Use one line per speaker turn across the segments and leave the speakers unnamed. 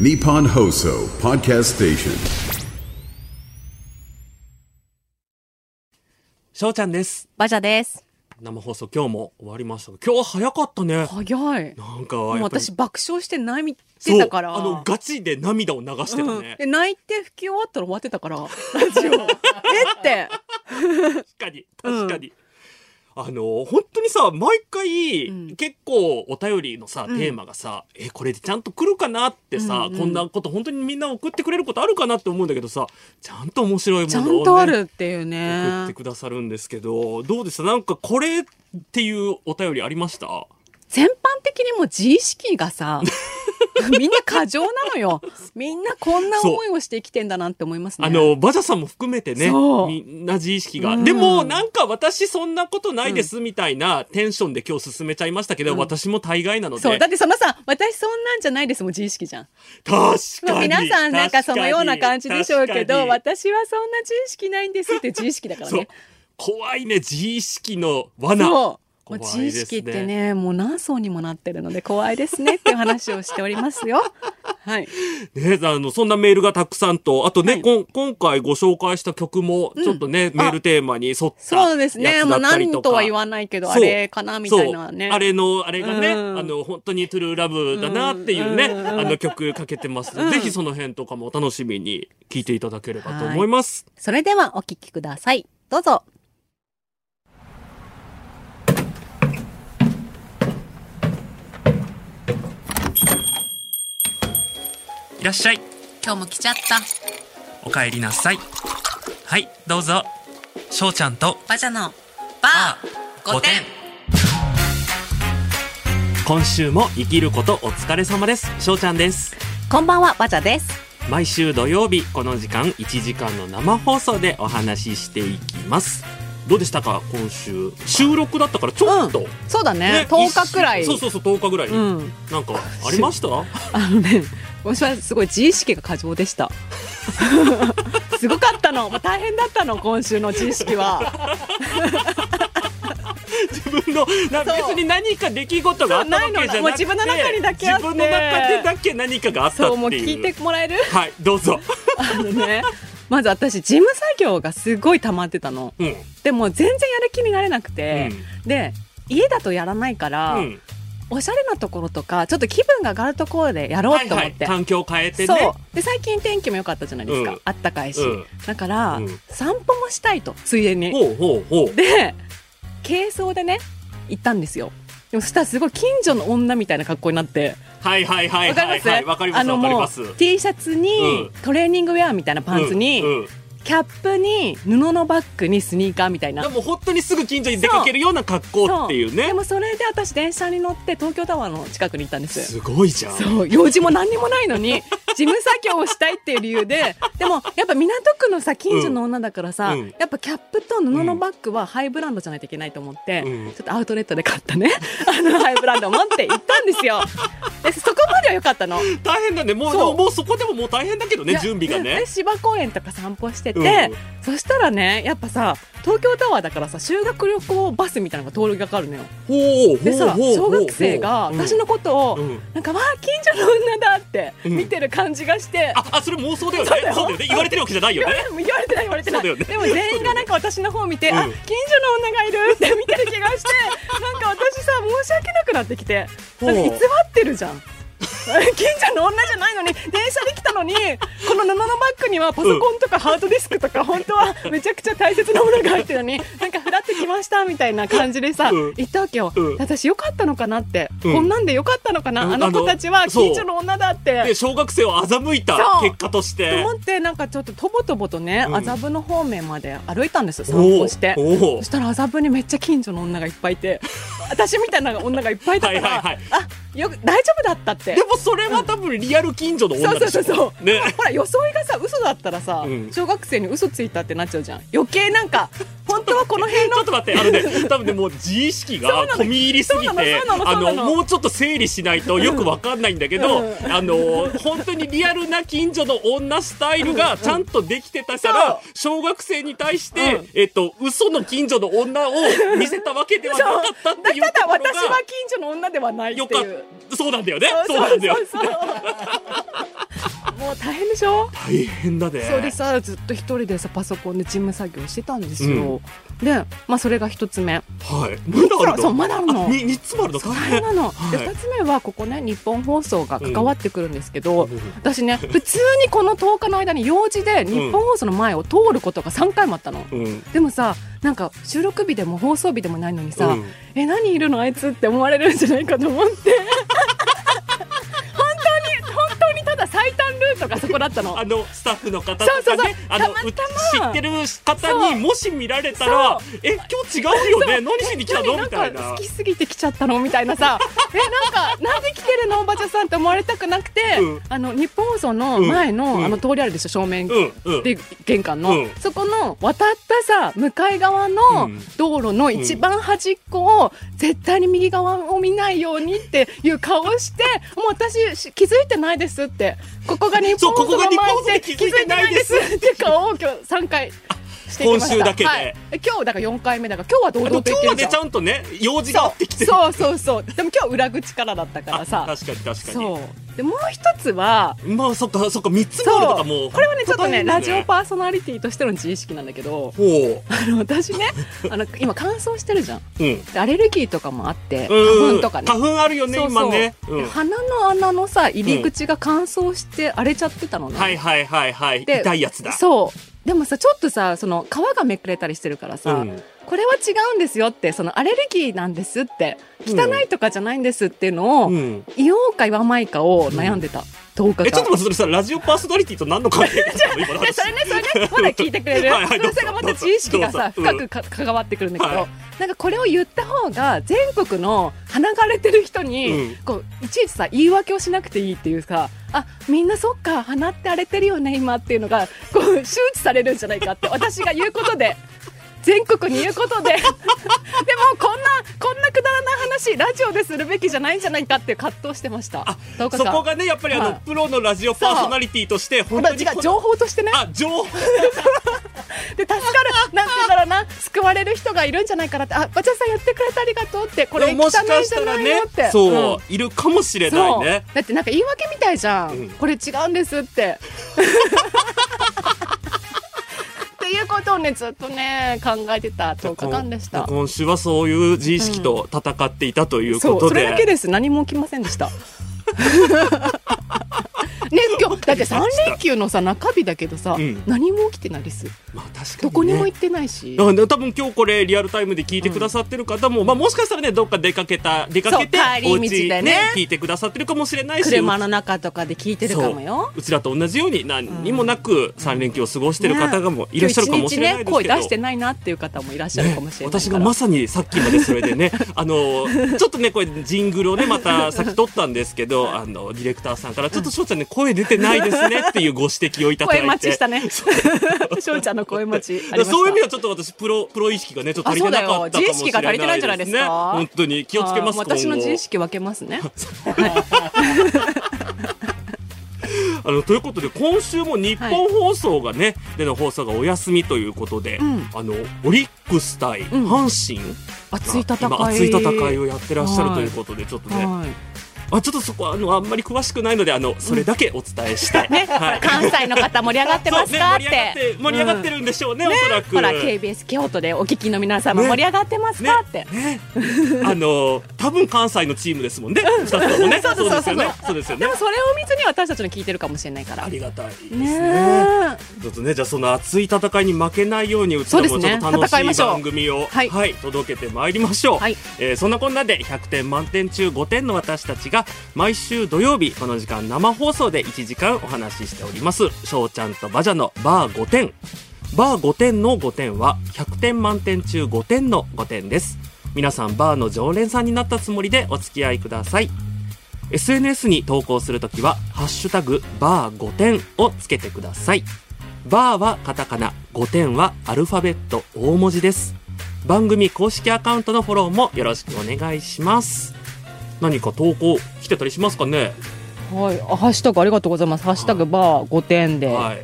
Nippon Hoso Podcast Station.
翔ちゃんです。
バジャです。
生放送今日も終わりましたが今日は早かったね。
早い。も
なんかや
う
っぱり
私爆笑して泣いてたから。
そうあのガチで涙を流してた
うん
ね。
で泣いて吹き終わったら終わってたから。ラ ジオ。えって。
確かに確かに、あの本当にさ毎回、
うん
結構お便りのさ
うん
テーマがさ、えこれでちゃんと来るかなってさ、
うんうん
こんなこと本当にみんな送ってくれることあるかなって思うんだけどさちゃんと面白いも
ち
の
ゃ
を、ね、
んとあるっていう
送って
ね。
くださるんですけどどうでしたなんかこれっていうお便りありました
全般的にもう自意識が さ。みんな過剰なのよ。みんなこんな思いをして生きてんだなって思いますね。
あの、バジャさんも含めてね、
そう
みんな自意識が。
うん
でも、なんか私そんなことないですみたいなテンションで今日進めちゃいましたけど、
うん
私も大概なので。
そう。だってそのさ、私そんなんじゃないですもん、自意識じゃん。
確
ま
か
あ
に。
皆さんなんかそのような感じでしょうけ
確
ど、
かに
私はそんな自意識ないんですって自意識だから
そう
ね。。
怖いね、自意識の罠。
そう。も
怖
う
いです
知
ね
識ってね、もう何層にもなってるので怖いですねっていう話をしておりま すよ。はい。
ね、あの、そんなメールがたくさんと、あとね、
はい
こん今回ご紹介した曲も、ちょっとね、メールテーマに沿ったやつだったりとか。
そうですね。もう何とは言わないけど、あ
そう
れかなみたいなね。
そうあれのあれがね、
うん
あの本当にトゥルーラブだなっていうね、
うん
あの曲かけてます、
うん
ぜひその辺とかもお楽しみに聞いていただければと思います
それではお聞きください。どうぞ。
いらっしゃい
今日も来ちゃった。
お帰りなさいはいどうぞしょうちゃんと
バジャの
バー5点今週も生きることお疲れ様ですしょうちゃんです
こんばんは、バジャです。
毎週土曜日この時間1時間の生放送でお話ししていきますどうでしたか今週収録だったからちょっと、
うそうだね。
ね
10日くらい。
一週そうそうそう10日ぐらい、
うん。
なんかありました
あのね、私はすごい自意識が過剰 でした。すごかったの。もう大変だったの、今週の自 意識は。
自分のな
そう
別に何か出来事があったわけじゃなくて
そうないのもう自分の中にだけあって
自分の中でだけ何かがあったっていう
そうもう聞いてもらえる
はいどうぞ
あのねまず私事務作業がすごい溜まってたの
うん、うん
でも全然やる気になれなくて、で家だとやらないから、
うん
おしゃれなところとかちょっと気分が上がるところでやろ
は
う
い
と
は
思
い
って、
環境変えてね
そうで最近天気も良かったじゃないですか、
うん
あったかいし、
うん
だから、
うん
散歩もしたいとついでに
ほうほうほう
で軽装でね行ったんですよでもそしたらすごい近所の女みたいな格好になって
はいはいはい
わか
は
りま
い
す、
はいわかりま
あ
す
の
わかり
も
ま
う
す
T シャツに、
うん
トレーニングウェアみたいなパンツに、
うんうん
キャップに布のバッグにスニーカーみたい
で
な。
も本当にすぐ近所に出かけるような格好っていう
そう
ね
でもそれで私電車に乗って東京タワーの近くに行ったんです。
すごいじゃん
そう用事も何にもないの に事務作業をしたいっていう理由ででもやっぱ港区のさ近所の女だからさ、
うん
やっぱキャップと布のバッグはハイブランドじゃないといけないと思って、
うん
ちょっとアウトレットで買ったねあのハイブランドを持って行ったんですよ。でそこまでは良かったの。
大変だねもう
そう
もうそこでももう大変だけど
い
ね
や
準備がね
で芝公園とか散歩してて、
うん
そしたらねやっぱさ東京タワーだからさ修学旅行バスみたいなのが通りがかるのよ
ほうほう
でさ
ほうほ
小
う
学生が
うん
私のことを、
うん
なんかわあ近所の女だって
うん
見てる感じがして、
あ、あ、それ妄想だよね。そ
そうう
だ
だよ
よね。言われてるわけじゃないよ
言わ
ね。
れ言われてない言われてな
そ
い、
うだよね
でも全員がなんか私の方を見て、
うん
あ近所の女がいるって見てる気が してなんか私さ申し訳なくなってきて
ほう
なんか偽ってるじゃん 近所の女じゃないのに電車で来たのにこの布のバッグにはパソコンとかハードディスクとか本当はめちゃくちゃ大切なものが入ってるのになんかふらってきましたみたいな感じでさ、
うん
言ったわけよ、
うん
私よかったのかなって、
うん
こんなんでよかったのかな、
うん
あの子たちは近所の女だって
で、小学生を欺いた
そう
結果とし
と
て。
思ってなんかちょっととぼとぼとね
うん
麻布、の方面まで歩いたんです散
お
歩
お
して
お
そしたら麻布にめっちゃ近所の女がいっぱい いて私みたいな女がいっぱいいたから
はいはいはい
あよく大丈夫だったって
でもそれは多分リアル近所の
そ
女
うそ
で
う
し
そ
ょ。
うそう、
ね。
ほら装いがさ嘘だったらさ、
うん
小学生に嘘ついたってなっちゃうじゃん余計なんか本当はこの辺
ちょっ
の
と待って、あのね、多分ね、もう自意識が込み入りすぎて、
そうなの
あ
そうなのそうなの
の、もうちょっと整理しないとよくわかんないんだけど、
う
あの、本当にリアルな近所の女スタイルがちゃんとできてたか
うん
ら、小学生に対して、
うん
えっと、嘘の近所の女を見せたわけではなかったっていう
だ
と
ただ
ころが
私は近所の女ではないってい
よか
う
った。そうなんだよね。
そう
そうなんだよ。
そうそう でしょ
大変だね
それでさずっと一人でさパソコンで事務作業してたんですよ、で、まあ、それが一つ目
はいまだあるの
そうまだあるの
に三つもあるの
そう
大
大
変
変なの、
はい
で2つ目はここね日本放送が関わってくるんですけど、
うん
私ね普通にこの10日の間に用事で日本放送の前を通ることが3回もあったの、
うん
でもさなんか収録日でも放送日でもないのにさ、
うん
え何いるのあいつって思われるんじゃないかと思って本当に本当にただ最短ルートがそこだったの
あのスタッフの方と
そうそ
か
うそう
ねあの
たまた
う知
ま
ってる方
そ
に
う
もし見られたら
そ
え今日違うよね何しに来たの
な
み
ん
た
か
いな
好きすぎて来ちゃったのみたい なさえなんかなんで来てるのおばちゃんさんって思われたくなくて、
うん
あの日本放送の前の、
うん
あの通りあるでしょ正面、
うんうん
で玄関の、
うん
そこの渡ったさ向かい側
う
の
ん
道路の一番端っこを絶対に右側を見ないようにっていう顔してもう私し気づいてないですってここが日
そう
本
こ
放
こが
送の
日本放送
前
で
で
気
気
づい
づい
て
て
な
ないい
で
ですすっていう顔を今日3回してきました
今週だけで
はい、今日だから4回目だから今日は堂
あ
々
と
と
今
いけ
日は
るじ
ね
ゃん
ちゃんとね用事があってきてる
そうそうそうでも今日裏口からだったか
あ
らさ
確かに確かに
そうでもう一つは
まあそっかそっか三つもあるとかもう
これはねちょっとねラジオ
ー
パーソナリティとしての自意識なんだけど
ほ
あの私ねあの今乾燥してるじゃん
ううん
でアレルギーとかもあって
うん
花粉とかね
花粉あるよね
そうそう
今ねうん
で鼻の穴のさ入り口が乾燥して荒れちゃってたのね、
はいはいはいはい
で
痛いやつだ
そうでもさちょっとさその皮がめくれたりしてるからさ、
うん
これは違うんですよってそのアレルギーなんですって汚いとかじゃないんですっていうのを、
うん
言おうか言わないかを悩んでた、10日間
えちょっと待ってそれさラジオパーソナリティと何の関係があるの今の
で
話
それねそれねまだ聞いてくれる
はいはいどうぞ
それがまた知識がさ
どうぞ
深くか関わってくるんだけど、
はい
なんかこれを言った方が全国の鼻が荒れてる人に、
うん
こういちいちさ言い訳をしなくていいっていうかあみんなそっか鼻って荒れてるよね今っていうのがこう周知されるんじゃないかって私が言うことで。全国に言うことで でもこんなこんなくだらない話ラジオでするべきじゃないんじゃないかっていう葛藤してました
あ
どうか
そ
さん
こがねやっぱりあの
はい
プロのラジオパーソナリティとして本
ま
当
あ違
に
う情報としてね
あ情報
で助かるなんて言うんだろうな救われる人がいるんじゃないかなってあバチャさん言ってくれてありがとうってこれ汚いん
もし
じゃな
か
い
したら
の
ね
って
そうういるかもしれ
ん
ない
そう
ね
だってなんか言い訳みたいじゃん、
うん
これ違うんですってっていうことをねずっとね考えてた10日間でした
今週はそういう自意識と戦っていたという
そ
こ
う
と
それだけ
で
です何も起きません でしたね今日だって3連休のさ中日だけどさ、
うん
何も起きてないです
まあ確かにね
どこにも行ってないし、
だからね多分今日これリアルタイムで聞いてくださってる方も、まあもしかしたらねどっか出かけた出かけて
そう帰り
お
道
家に
でね
聞いてくださってるかもしれないし
車の中とかで聞いてるかもよ
そううちらと同じように何にもなく三連休を過ごしてる方がもいらっしゃるかもしれないですけ
今日一日ね、声出
ど
してないなっていう方もいらっしゃるかもしれないから、
私がまさにさっきまでそれで ねあのちょっとねこれジングルをねまた先取ったんですけどあのディレクターさんからちょっと翔ちゃんね声出てないですねっていうご指摘をいただいて
声待ちしたね。 翔ちゃんの声 待ちありました。
そういう意味ではちょっと私プロプロ意識がねちょっと足りてなかったかもしれないですね
あそうだよ自意識が足りてないんじゃないですか
本当に気をつけます
あー私
今後
の自意識分けますね。
あのということで今週も日本放送がね、での放送がお休みということで、
ん
あのオリックス対
ん
阪神、
熱い戦い。
今熱い戦いをやってらっしゃるということでちょっとね、
はい
あちょっとそこはあのあんまり詳しくないのであのそれだけお伝え して、
ね、
はい
関西の方盛り上がってますか、
そう
っ
ね
て。
盛り上がって盛り上がって
る。
るんでしょうね、おそらく
ほら KBS 京都でお聞きの皆様
ね
盛り上がってますか、って。
あの多分関西のチームですもんね二つともね
そうそうそう
です
そう
よねそうですよ
で
ね
もそれを見ずに私たちの聞いてるかもしれないから。
あ
ね
りがたいですね
え。
ちょっとね、じゃあその熱い戦いに負けないようにうちらもちょ
そ
っ
う
と
ですね
楽し
戦いま
い
しょう
番組を、は
はいい
届けてまいりましょう、
はい
えーそんなこんなで100点満点中5点の私たちが毎週土曜日この時間生放送で1時間お話ししております「翔ちゃんとバジャのバー5点」バー5点の5点は100点満点中5点の5点です皆さんバーの常連さんになったつもりでお付き合いください SNS に投稿するときは「ハッシュタグバー5点」をつけてくださいバーはカタカナ、5点はアルファベット大文字です。番組公式アカウントのフォローもよろしくお願いします。何か投稿来てたりしますかね。
はい、あハッシュタグありがとうございます。ハッシュタグバー5点で、
はい。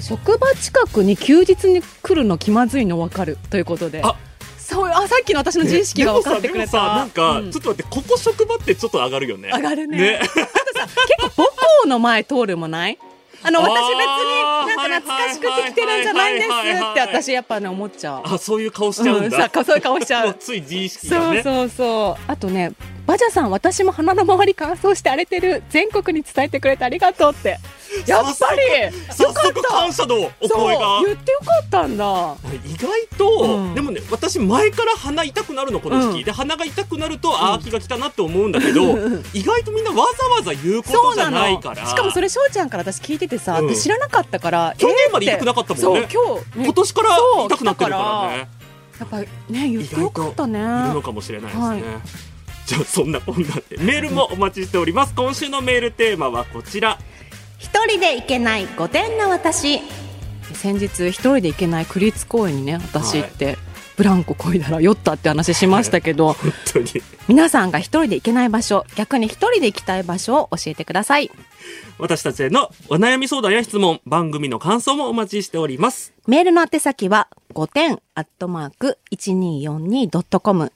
職場近くに休日に来るの気まずいのわかるということで。
あ
そそうあさっきの私の自意識
で
が
も
分か
さ
っ
で
てく
も
れ
さ
た
なんか、
うん
ちょっと待ってここ職場ってちょっと上がるよね
上がるね
ね
結構母校の前通るもないあの
あー
私別になんか懐かしくて来てるんじゃないんです
はいはい
っ
はい
て
はい
私やっぱね思っちゃう
あそういう顔しちゃうん
ん、
だ、
さそういう顔しちゃ
もう
う
つい自意識が
そう
ね
そうそうあとねバジャさん私も鼻の周り乾燥して荒れてる全国に伝えてくれてありがとうってやっぱり
早
よかっ
速感謝のお
たそう
声が
言ってよかったんだ
意外と、
うん
でもね私前から鼻痛くなるのこの時期、
うん
で鼻が痛くなると、ああ気が来たなって思うんだけど意外とみんなわざわざ言うことじゃないから
しかもそれ翔ちゃんから私聞いててさ、
うん
で知らなかったから
去年
えー
まで痛くなかったもんね
そう今日、ね
今年から
そう
痛くなってるからね
やっぱね言ってよかったね
いるのかもしれないですね、じゃあそんなこんなでメールもお待ちしております今週のメールテーマはこちら
一人で行けない御殿な私先日一人で行けない区立公園にね私行って、ブランコこいだら酔ったって話しましたけど、
本当に
皆さんが一人で行けない場所逆に一人で行きたい場所を教えてください
私たちへのお悩み相談や質問番組の感想もお待ちしております
メールの宛先は5点アットマーク 1242.com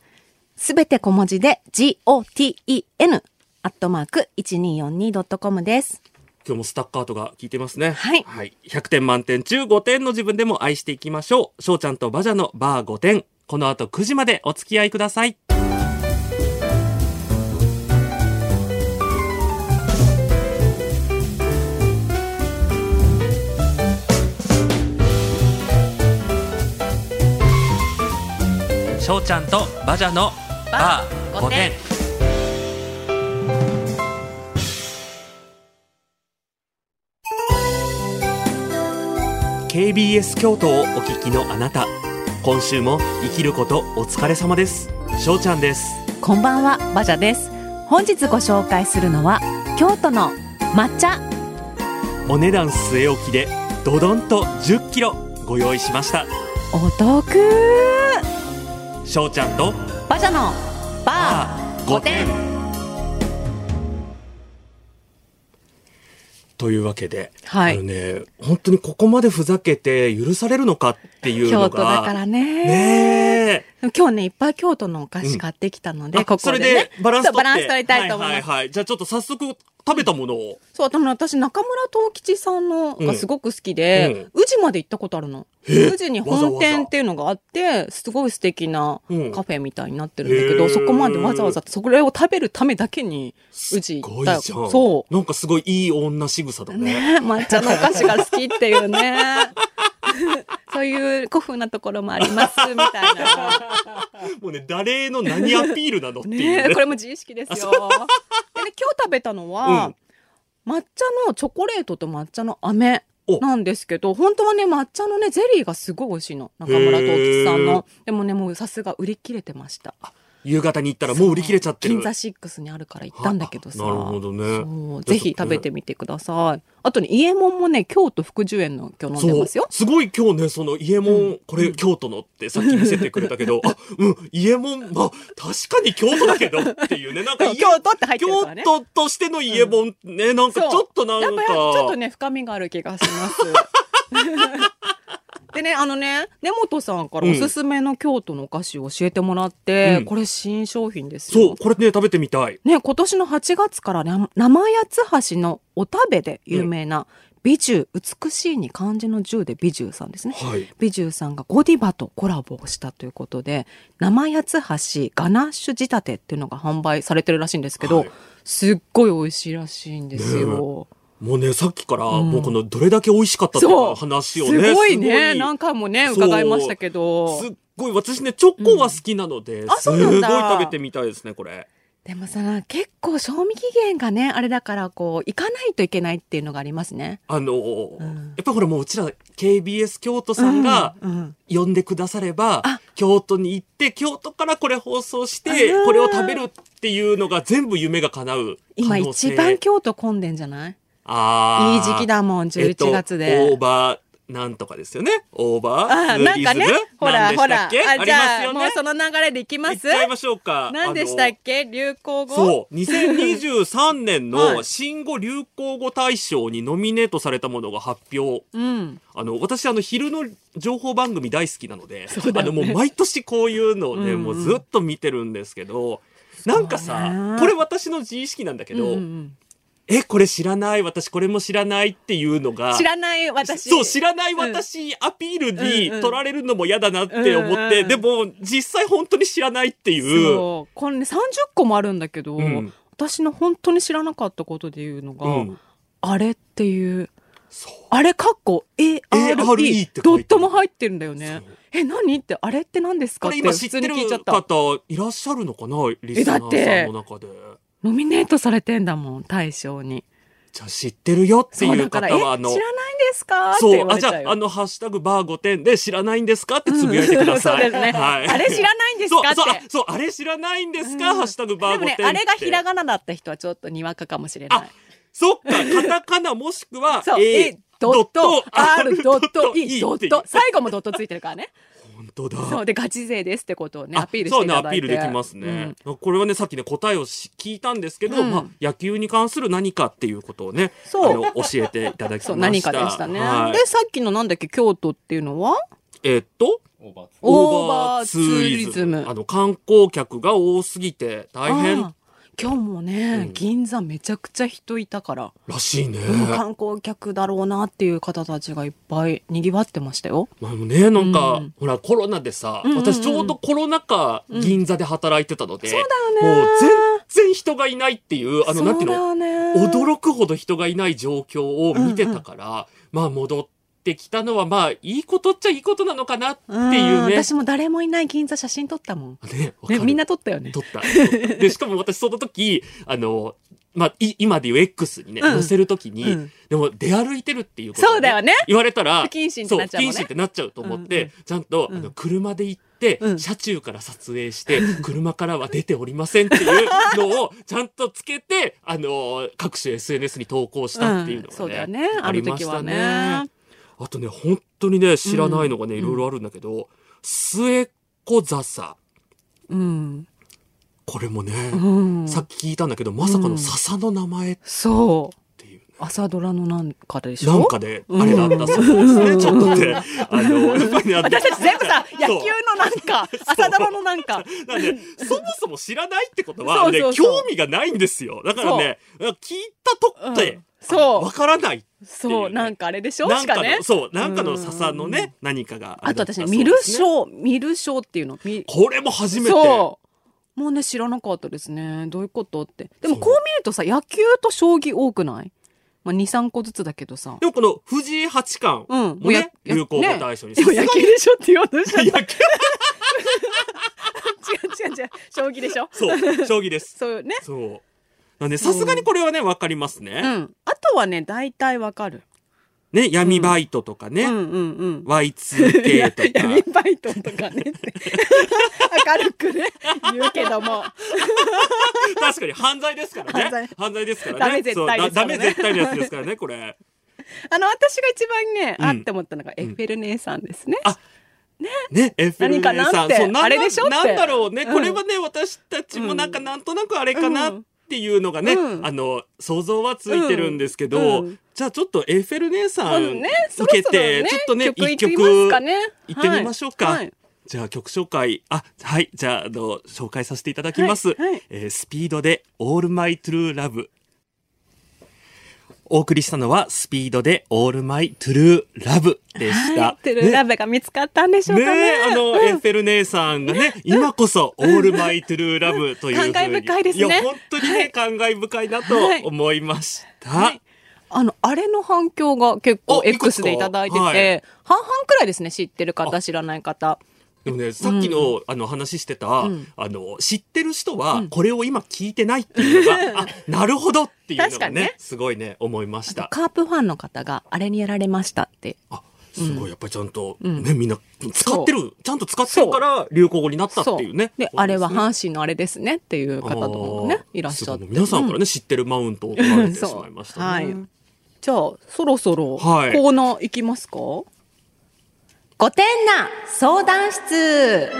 すべて小文字で GOTEN アットマーク 1242.com です
今日もスタッカートが効いてますね。
はい
100点満点中5点の自分でも愛していきましょう。翔ちゃんとバジャのバー5点。この後9時までお付き合いください。翔ちゃんとバジャのバー5点。KBS 京都をお聞きのあなた今週も生きることお疲れ様です翔ちゃんです
こんばんはバジャです本日ご紹介するのは京都の抹茶
お値段据え置きでドドンと1 0キロご用意しました
お得
翔ちゃんと
バジャのバ
あ
ー5点
というわけで、
はい
あのね本当にここまでふざけて許されるのかっていうのが
京都だからね
ねえ
今日ねいっぱい京都のお菓子買ってきたので、
あ
ここ
そ
で、
れ
ね、
でバランス
そ
取
う
って
バランス取りたいと思い
は
ます、
いはいはい、じゃあちょっと早速食べたものを
そう、あとね私、中村藤吉さんのがすごく好きで、宇治まで行ったことあるの。宇治に本店っていうのがあって、すごい素敵な
うん
カフェみたいになってるんだけど、
へー
そこまでわざわざそれを食べるためだけに宇治行ったよ。
すごいじゃん
そ
なんかすごいいい女仕草だ
う。
ね
ね抹茶のお菓子が好きっていう ね。そういう古風なところもあります、みたいな。
もうね誰の何アピールなのっていうね
ね これも自意識ですよ。でね、今日食べたのは、抹茶のチョコレートと抹茶の飴
お
なんですけど、本当はね、抹茶のね、ゼリーがすごい美味しいの。中村東吉さん
へ
の。でもね、もうさすが売り切れてました。
夕方に行ったらもう売り切れちゃってる
銀座シックスにあるから行ったんだけどさ。
はあなるほどね
そうぜひ食べてみてください。あとね、伊右衛門もね、京都福寿園の今日飲んで
そう
ますよ。
すごい今日ねその伊右衛門、これ京都のってさっき見せてくれたけ どあうん伊右衛門まあ確かに京都だけどっていうねなんか
そう京都って入ってるからね。
京都としての伊右衛門ね、なんかち
そう
ょっとなん
や
か
っぱりちょっとね深みがある気がします でねあのね根本さんからおすすめの京都のお菓子を教えてもらって、
うん
これ新商品ですよ
そうこれね食べてみたい
ね今年の8月からね生八つ橋のお食べで有名な美獣美しいに漢字の十で美獣さんですね
はい
美獣さんがゴディバとコラボをしたということで生八つ橋ガナッシュ仕立てっていうのが販売されてるらしいんですけど、
はい
すっごい美味しいらしいんですよ。
もうねさっきからもうこのどれだけ美味しかったって
そう
話をね
すごいね何
か
回もね
そう
伺いましたけど
すっごい私ねチョコは好きなので、
あ
す
そ
ご
う
い
なんだ
食べてみたいですねこれ
でもさ結構賞味期限がねあれだからこう行かないといけないっていうのがありますね。
あのー
うん
やっぱほらもううちら KBS 京都さんが
うんうん
呼んでくだされば、
あ
京都に行って京都からこれ放送して
うん
これを食べるっていうのが全部夢が叶う
今
可能性
一番京都混んでんじゃない
あー
いい時期だもん
えっと
11月で、
大葉なんとかですよね。オーバ
あ
ーツー
なん
リ
か
ズム
ね、ほら
何で
ほ
し
ら、
たっけあり
じ
ます
ゃあ
よ
もう
ね。
その流れでいきま
行っ
す
ち。ゃいましょうか。
何でした
あ
っ
の
け流行語
そう2023年
は
の
い
新語・流行語大賞にノミネートされたものが発表
う。うん。
あの私あの昼の情報番組大好きなので、
そうだ
あ
よ
の
ね
もう毎年こういうのをね、
うんうん
もうずっと見てるんですけどなんか
そうだ
さ
ね
これ私の自意識なんだけど、
うんうん
えこれ知らない私これも知らないっていうの
う
が
ん知らない私。
そう知らない私アピールに
うんうん
取られるのも嫌だなって思って、
うんうん
でも実際本当に知らないっていう。
そうこれね30個もあるんだけど、
うん
私の本当に知らなかったことで言うのが、
うん
あれっていう
そう
あれかっこ
ARE っ
ARE
て書いてある
ドットも入ってるんだよね
そう
え何ってあれって何ですか
こ
っ
れ
て
今
普
知って
通に
る
聞いちゃった
方いらっしゃるのかなリスナーさんの中で。
ノミネートされてんだもん大賞に
じゃあ知ってるよって
そう
いう
だから
方
え知
は
ら
あ
ないん
の
ですかって
そ
言
う
わ
あ
れ
じゃ
ちゃう
ああ
よ
のハッシュタグバー5点で知らないんですかってつぶやいてください。
うんそうですね
はい、
あれ知らないんですかって
そうそうあそうあれ知らないんですか、
うん
ハッシュタグバー
で
5
も
点っ
ね
て。
あれがひらがなだった人はちょっとにわかかもしれない
あそっかカタカナもしくは
そう
A
A ドット R ドット E ド
ってい
ッ
う
ト最後もドットついてるか らね
本当だ。
そうでガチ勢ですってことをね
あ
アピールしていただ
そ
いて
うね、アピールできますね。これはね、さっきね、答えをし聞いたんですけど、
うん
まあ、野球に関する何かっていうことをね、
そう
あの教えていただきました。
そう何かでしたね、
はい
でさっきのなんだっけ京都っていうのは
えっと、
オーバーツーリズム
あの、観光客が多すぎて大
あ
変
あ今日も
う
ね、
ん
銀座めちゃくちゃ人いたから、
らしいね。
もう観光客だろうなっていう方たちがいっぱいにぎわってましたよ
まあね、なんか、
うん
ほら、コロナでさ、
うんうんうん
私ちょうどコロナ禍、
うん
銀座で働いてたので、
そうだよね
もう全然人がいないっていう、あの、なんていうの、
そうだよね
驚くほど人がいない状況を見てたから、まあ戻ってきたのはまあいいことっちゃいいことなのかなっていう
うん
ね。
私も誰もいない銀座写真撮ったもん、
ね、わか
ね、
る
みんな撮ったよね
撮った。 で、しかも私その時、あの、まあ、い今でいう X にね、
うん
載せる時に、
うん
でも出歩いてるっていうことを
そうだよね
言われたら、
不謹慎ってなっちゃうもんね
そう不謹慎ってなっちゃうと思って、
うんうん
ちゃんと、
うん
あの車で行って、
うん
車中から撮影 して、車からは出ておりませんっていうのをちゃんとつけて、あのー各種 SNS に投稿したっていうのがね、
ん、そうだよねある時はね
ありましたねあとね、本当にね、知らないのがね、
うん
いろいろあるんだけど、末っ子笹。
うん、
これもね、
うん、
さっき聞いたんだけど、まさかの笹の名前っ
そう
ていうね。
朝ドラのなんかでしょ
なんかで、
うん
あれだったそうですね。ちょっとね、あ の、やっぱりねあの
私たち全部さ野 球
そう
のなんか朝ドラのなんか
なんで、そもそも知らないってこと
そ
は、
うそ
ね
うそう、
興味がないんですよ。だからね、聞いたとって、
うんそう
わからない。
そうなんかあれでしょ
な
し
んか
か
の、
ね
そう、なんかの笹のね、何かが
あ
れ
と
だった
私
そ
ね
うですね。
見る賞見る賞っていうの見
これも初めて。
そうもうね知らなかったですねどういうことってでも
そう
こう見るとさ野球と将棋多くない、まあ、23個ずつだけどさ
でもこの藤井八冠
うんも
も
うや
ね、流行語大賞に。
ねでも野球でしょって言おうとしちゃっ
野球
た 違う違う違う将棋でしょ
そう、将棋です。
そうね
そう。なんで、さすがにこれはね、わかります
う
ね。
んあとはね大体わかる
ね、闇バイトとか
う
ね、
んうんうん
Y2K とか。
闇バイトとかねって 明るくね言うけども
確かに犯罪ですからね。犯
犯
罪
罪
ですからね。
ダメ絶対ですからね
そうだダメ絶対のやつですからね、これ。
あの私が一番ね、
うん
あって思ったのがエッフェル姉さんですね。
あね、エッフェル
何
姉さ
か
ん。
なって
そうなん
あれでしょって
なんだろうね。
うん
これはね、私たちもなんかなんとなくあれかな
うん
っていうのがね、
うん
あの、想像はついてるんですけど、
うんうん
じゃあちょっとエッフェル姉さ
うんんね、そ
受け
ろそろ
て、
ね、
ちょっとね、一
曲いってみ
曲
ますかね。
行ってみましょうか。
はいはい
じゃあ曲紹介、あ、はい、じゃあ、あの、紹介させていただきます。
はいはい
えースピードで、オールマイトゥルーラブ。お送りしたのは、スピードで、オールマイトゥルーラブでした。
はいトゥルーラブが見つかったんでしょう
ね
かね。
え、あの、エッフェル姉さんがね、今こそ、オールマイトゥルーラブというふうに。
感慨深いですね
いや、本当にね、感慨深いなと思いました。
はいあの、あれの反響が結構
おいくつ
X
か
でいただいてて、
はい
半々くらいですね、知ってる方、知らない方。
でもね、さっきの、あの話してた、
ん
あの、知ってる人は、これを今聞いてないっていうの が、あ、なるほどっていうの
確
が
かに
ね
ね、
すごいね、思いました。
カープファンの方があれにやられましたって。
あ、すごい、やっぱりちゃんと、ね、みんな使ってる、ちゃんと使って
そ
る
う
から流行語になったっていうね。
で、
こと
あれ
ですね
は阪神のあれですねっていう方とも
あ
ね
ー、
いらっしゃって。
すごい皆さんからね、知ってるマウント を取られてしまいましたね。
はい。じゃあ、そろそろ、
はい
コーナー行きますか5点な相談室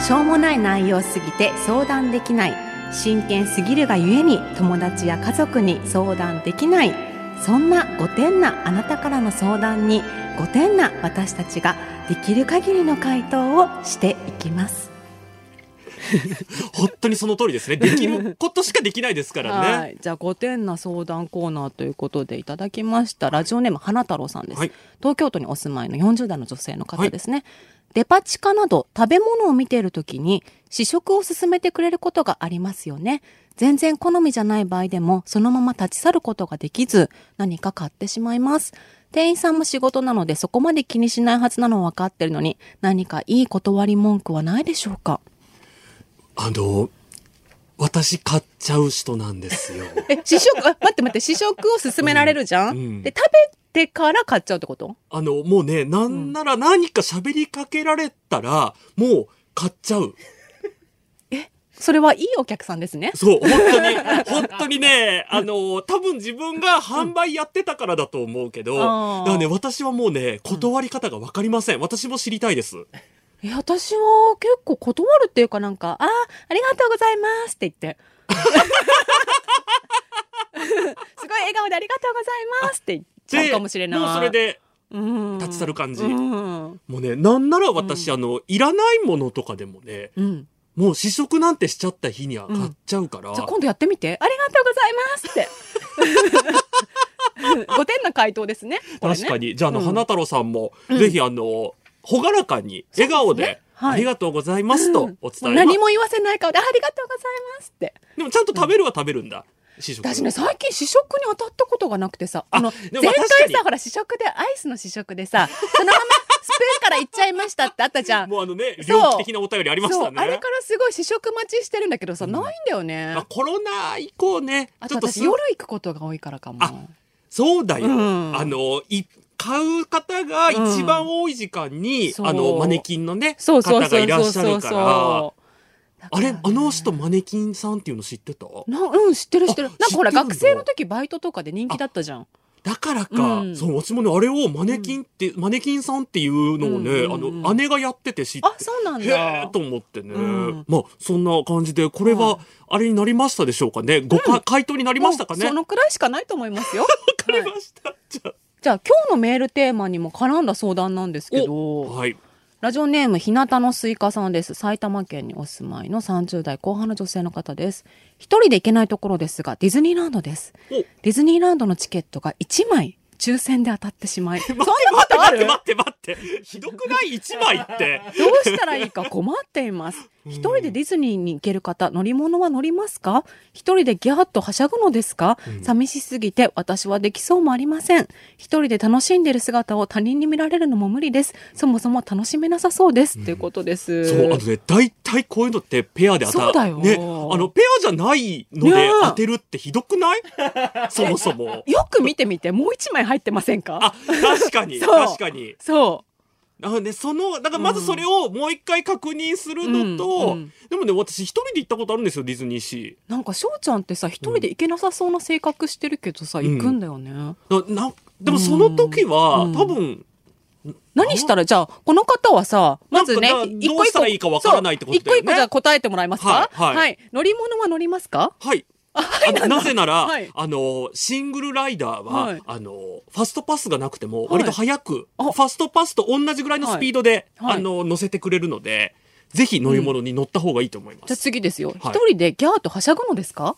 しょうもない内容すぎて相談できない真剣すぎるがゆえに友達や家族に相談できないそんな5点なあなたからの相談に5点な私たちができる限りの回答をしていきます
本当にその通りですね。できることしかできないですから
は
ね。
い、じゃあ5点な相談コーナーということでいただきましたラジオネーム花太郎さんです、
はい
東京都にお住まいの40代の女性の方ですね、デパ地下など食べ物を見ているときに試食を勧めてくれることがありますよね全然好みじゃない場合でもそのまま立ち去ることができず何か買ってしまいます店員さんも仕事なのでそこまで気にしないはずなのは分かってるのに何かいい断り文句はないでしょうか
あの、私買っちゃう人なんですよ。
え、試食、あ待って待って、試食を勧められるじゃん、
うんうん
で、食べてから買っちゃうってこと
あの、もうね、なんなら何か喋りかけられたら、もう買っちゃう。
それはいいお客さんですね。
そう、本当 に、本当にね、あの、多分自分が販売やってたからだと思うけど、だ
あー
からね、私はもうね、断り方がわかりません。私も知りたいです。
え、私は結構断るっていうかなんか、ああ、ありがとうございますって言 って。すごい笑顔でありがとうございますって言っちゃうかもしれない。
もうそれで
うん、
立ち去る感じ。
うん。
もうね、なんなら私、あの、いらないものとかでもね、
うん。
もう試食なんてしちゃった日には買っちゃうから、
じゃあ今度やってみて。ありがとうございますって。5点 の回答ですね。これね
確かに。じゃあ、あの、
うん
花太郎さんも、ぜひ、あの、ほがらかに、笑顔で、
はい
ありがとうございますとお伝え、まあ
何も言わせない顔で、ありがとうございますって。
でも、ちゃんと食べるは食べるんだ。試食。
私ね、最近試食に当たったことがなくてさ、あの、
で
前
もまあ
回
確かに
さ、ほら試食で、アイスの試食でさ、そのままスプーンからいっちゃいましたってあったじゃん。
もうあのね、
そう
猟奇的なお便りありまし
そ
た
う、あれ
ね
か。らすごい試食待ちしてるんだけどさ、ないんだよね
まあ、。コロナ以降ね、
あ
ち
と
ょっと
私
す
夜行くことが多いからかも。
あそうだよ。
うん
あの、い、買う方が一番多い時間に、
うん
あの、
そう
マネキンのね、
そ
方
うそう
が
そ
いうらっ
そう
しゃる
そう
か
そう。
ら、
だか
あ
ら
れ
ね
あの人マネキンさんっていうの知ってた
なうん、知ってる知ってる。
あ
なんかほら、
知ってるんだ
学生の時バイトとかで人気だったじゃん。
だからか、
うん
そう、私もね、あれをマネキンって、マネキンさんっていうのをね、
うんうんうん
あの、姉がやってて知って。
あ、そうなん
へえ
だ
と。思ってね、
うん
まあそんな感じでこれはあれになりましたでしょうかね、ごか回答になりましたかね
もうそのくらいしかないと思 いますよ。わ
かりました、じゃ
じゃあ今日のメールテーマにも絡んだ相談なんですけ
あ
ど、
はい
ラジオネーム日向のスイカさんです。埼玉県にお住まいの30代後半の女性の方です。一人で行けないところですが、ディズニーランドです。
お
ディズニーランドのチケットが1枚抽選で当たってしまい、そんなこ
待って
とあ
待って
る
待って待ってひどくない一枚って
どうしたらいいか困っています。一人でディズニーに行ける方、乗り物は乗りますか一人でギャーッとはしゃぐのですか、寂しすぎて私はできそうもありません。一人で楽しんでいる姿を他人に見られるのも無理です。そもそも楽しめなさそうです。ということです。
そう、あのね、大体こういうのってペアで当た
そうだよ
ね、あの、ペアじゃないの
ね
で
え
当てるってひどくないそもそ も。
よく見てみて、もう一枚入ってませんか
あ、確かに、
そう
確かに。
そ
だからね、その、だからまずそれをもう一回確認するのと、
うんうん
でもね、私一人で行ったことあるんですよ、ディズニーシ
う。なんか、翔ちゃんってさ、一人で行けなさそうな性格してるけどさ、
ん
行くんだよね。
ー。ななでもその時は、
うん
多分、
何したら、じゃあ、この方はさ、まずね
なんか、
一
ど
個
うし
一
た
個。
らいいかわからないってことだよね
そう一個一個じゃあ答えてもらえますか
はいはい
乗り物は乗りますか
はい。あのなぜなら、
はい
あの、シングルライダーは、
はい
あの、ファストパスがなくても、
い
割と早く、
あ
ファストパスと同じぐらいのスピードで、
はいはい
あの、乗せてくれるので、ぜひ乗り物に乗った方がいいと思いま
じゃあ
す。
次ですよ。一、
はい
人でギャーとはしゃぐのですか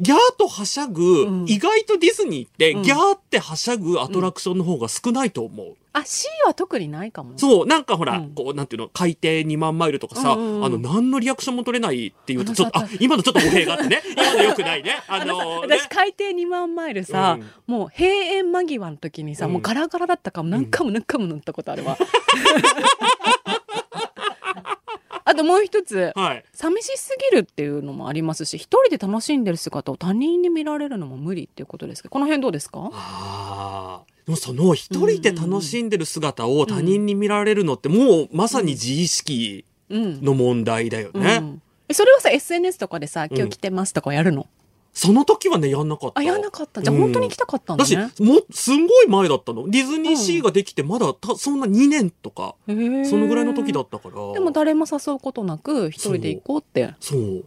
ギャーとはしゃぐ、
うん
意外とディズニーって、
うん
ギャーってはしゃぐアトラクションの方が少ないと思う。
あ、C は特にないかも。
そう、なんかほら、
うん
こう、なんていうの、海底2万マイルとかさ、
うんうんうん
あの、何のリアクションも取れないっていうと、ちょっと、
あ
あ
のさ、
今のちょっと語弊があってね、今の良くない ね。あのね
私、海底2万マイルさ、
うん
もう閉園間際の時にさ、
うん
もうガラガラだったから何回も何回も乗ったことあるわ。 あともう一つ。
はい。
寂しすぎるっていうのもありますし一人で楽しんでる姿を他人に見られるのも無理っていうことですけどこの辺どうですか
ああ。でもその一人で楽しんでる姿を他人に見られるのってもうまさに自意識
うん、
の問題だよ
う
ね。
んえそれはさ SNS とかでさ「今日来てます」とかやるの、
その時はね、やんなかった。
あ、やんなかった。じゃあ、
うん
本当に行きたかったんだ
だし
ね。、
もう、すんごい前だったの。ディズニーシーができて、まだた、そんな2年とか、
へー
そのぐらいの時だったから。
でも誰も誘うことなく、一人で行こうって。
そう。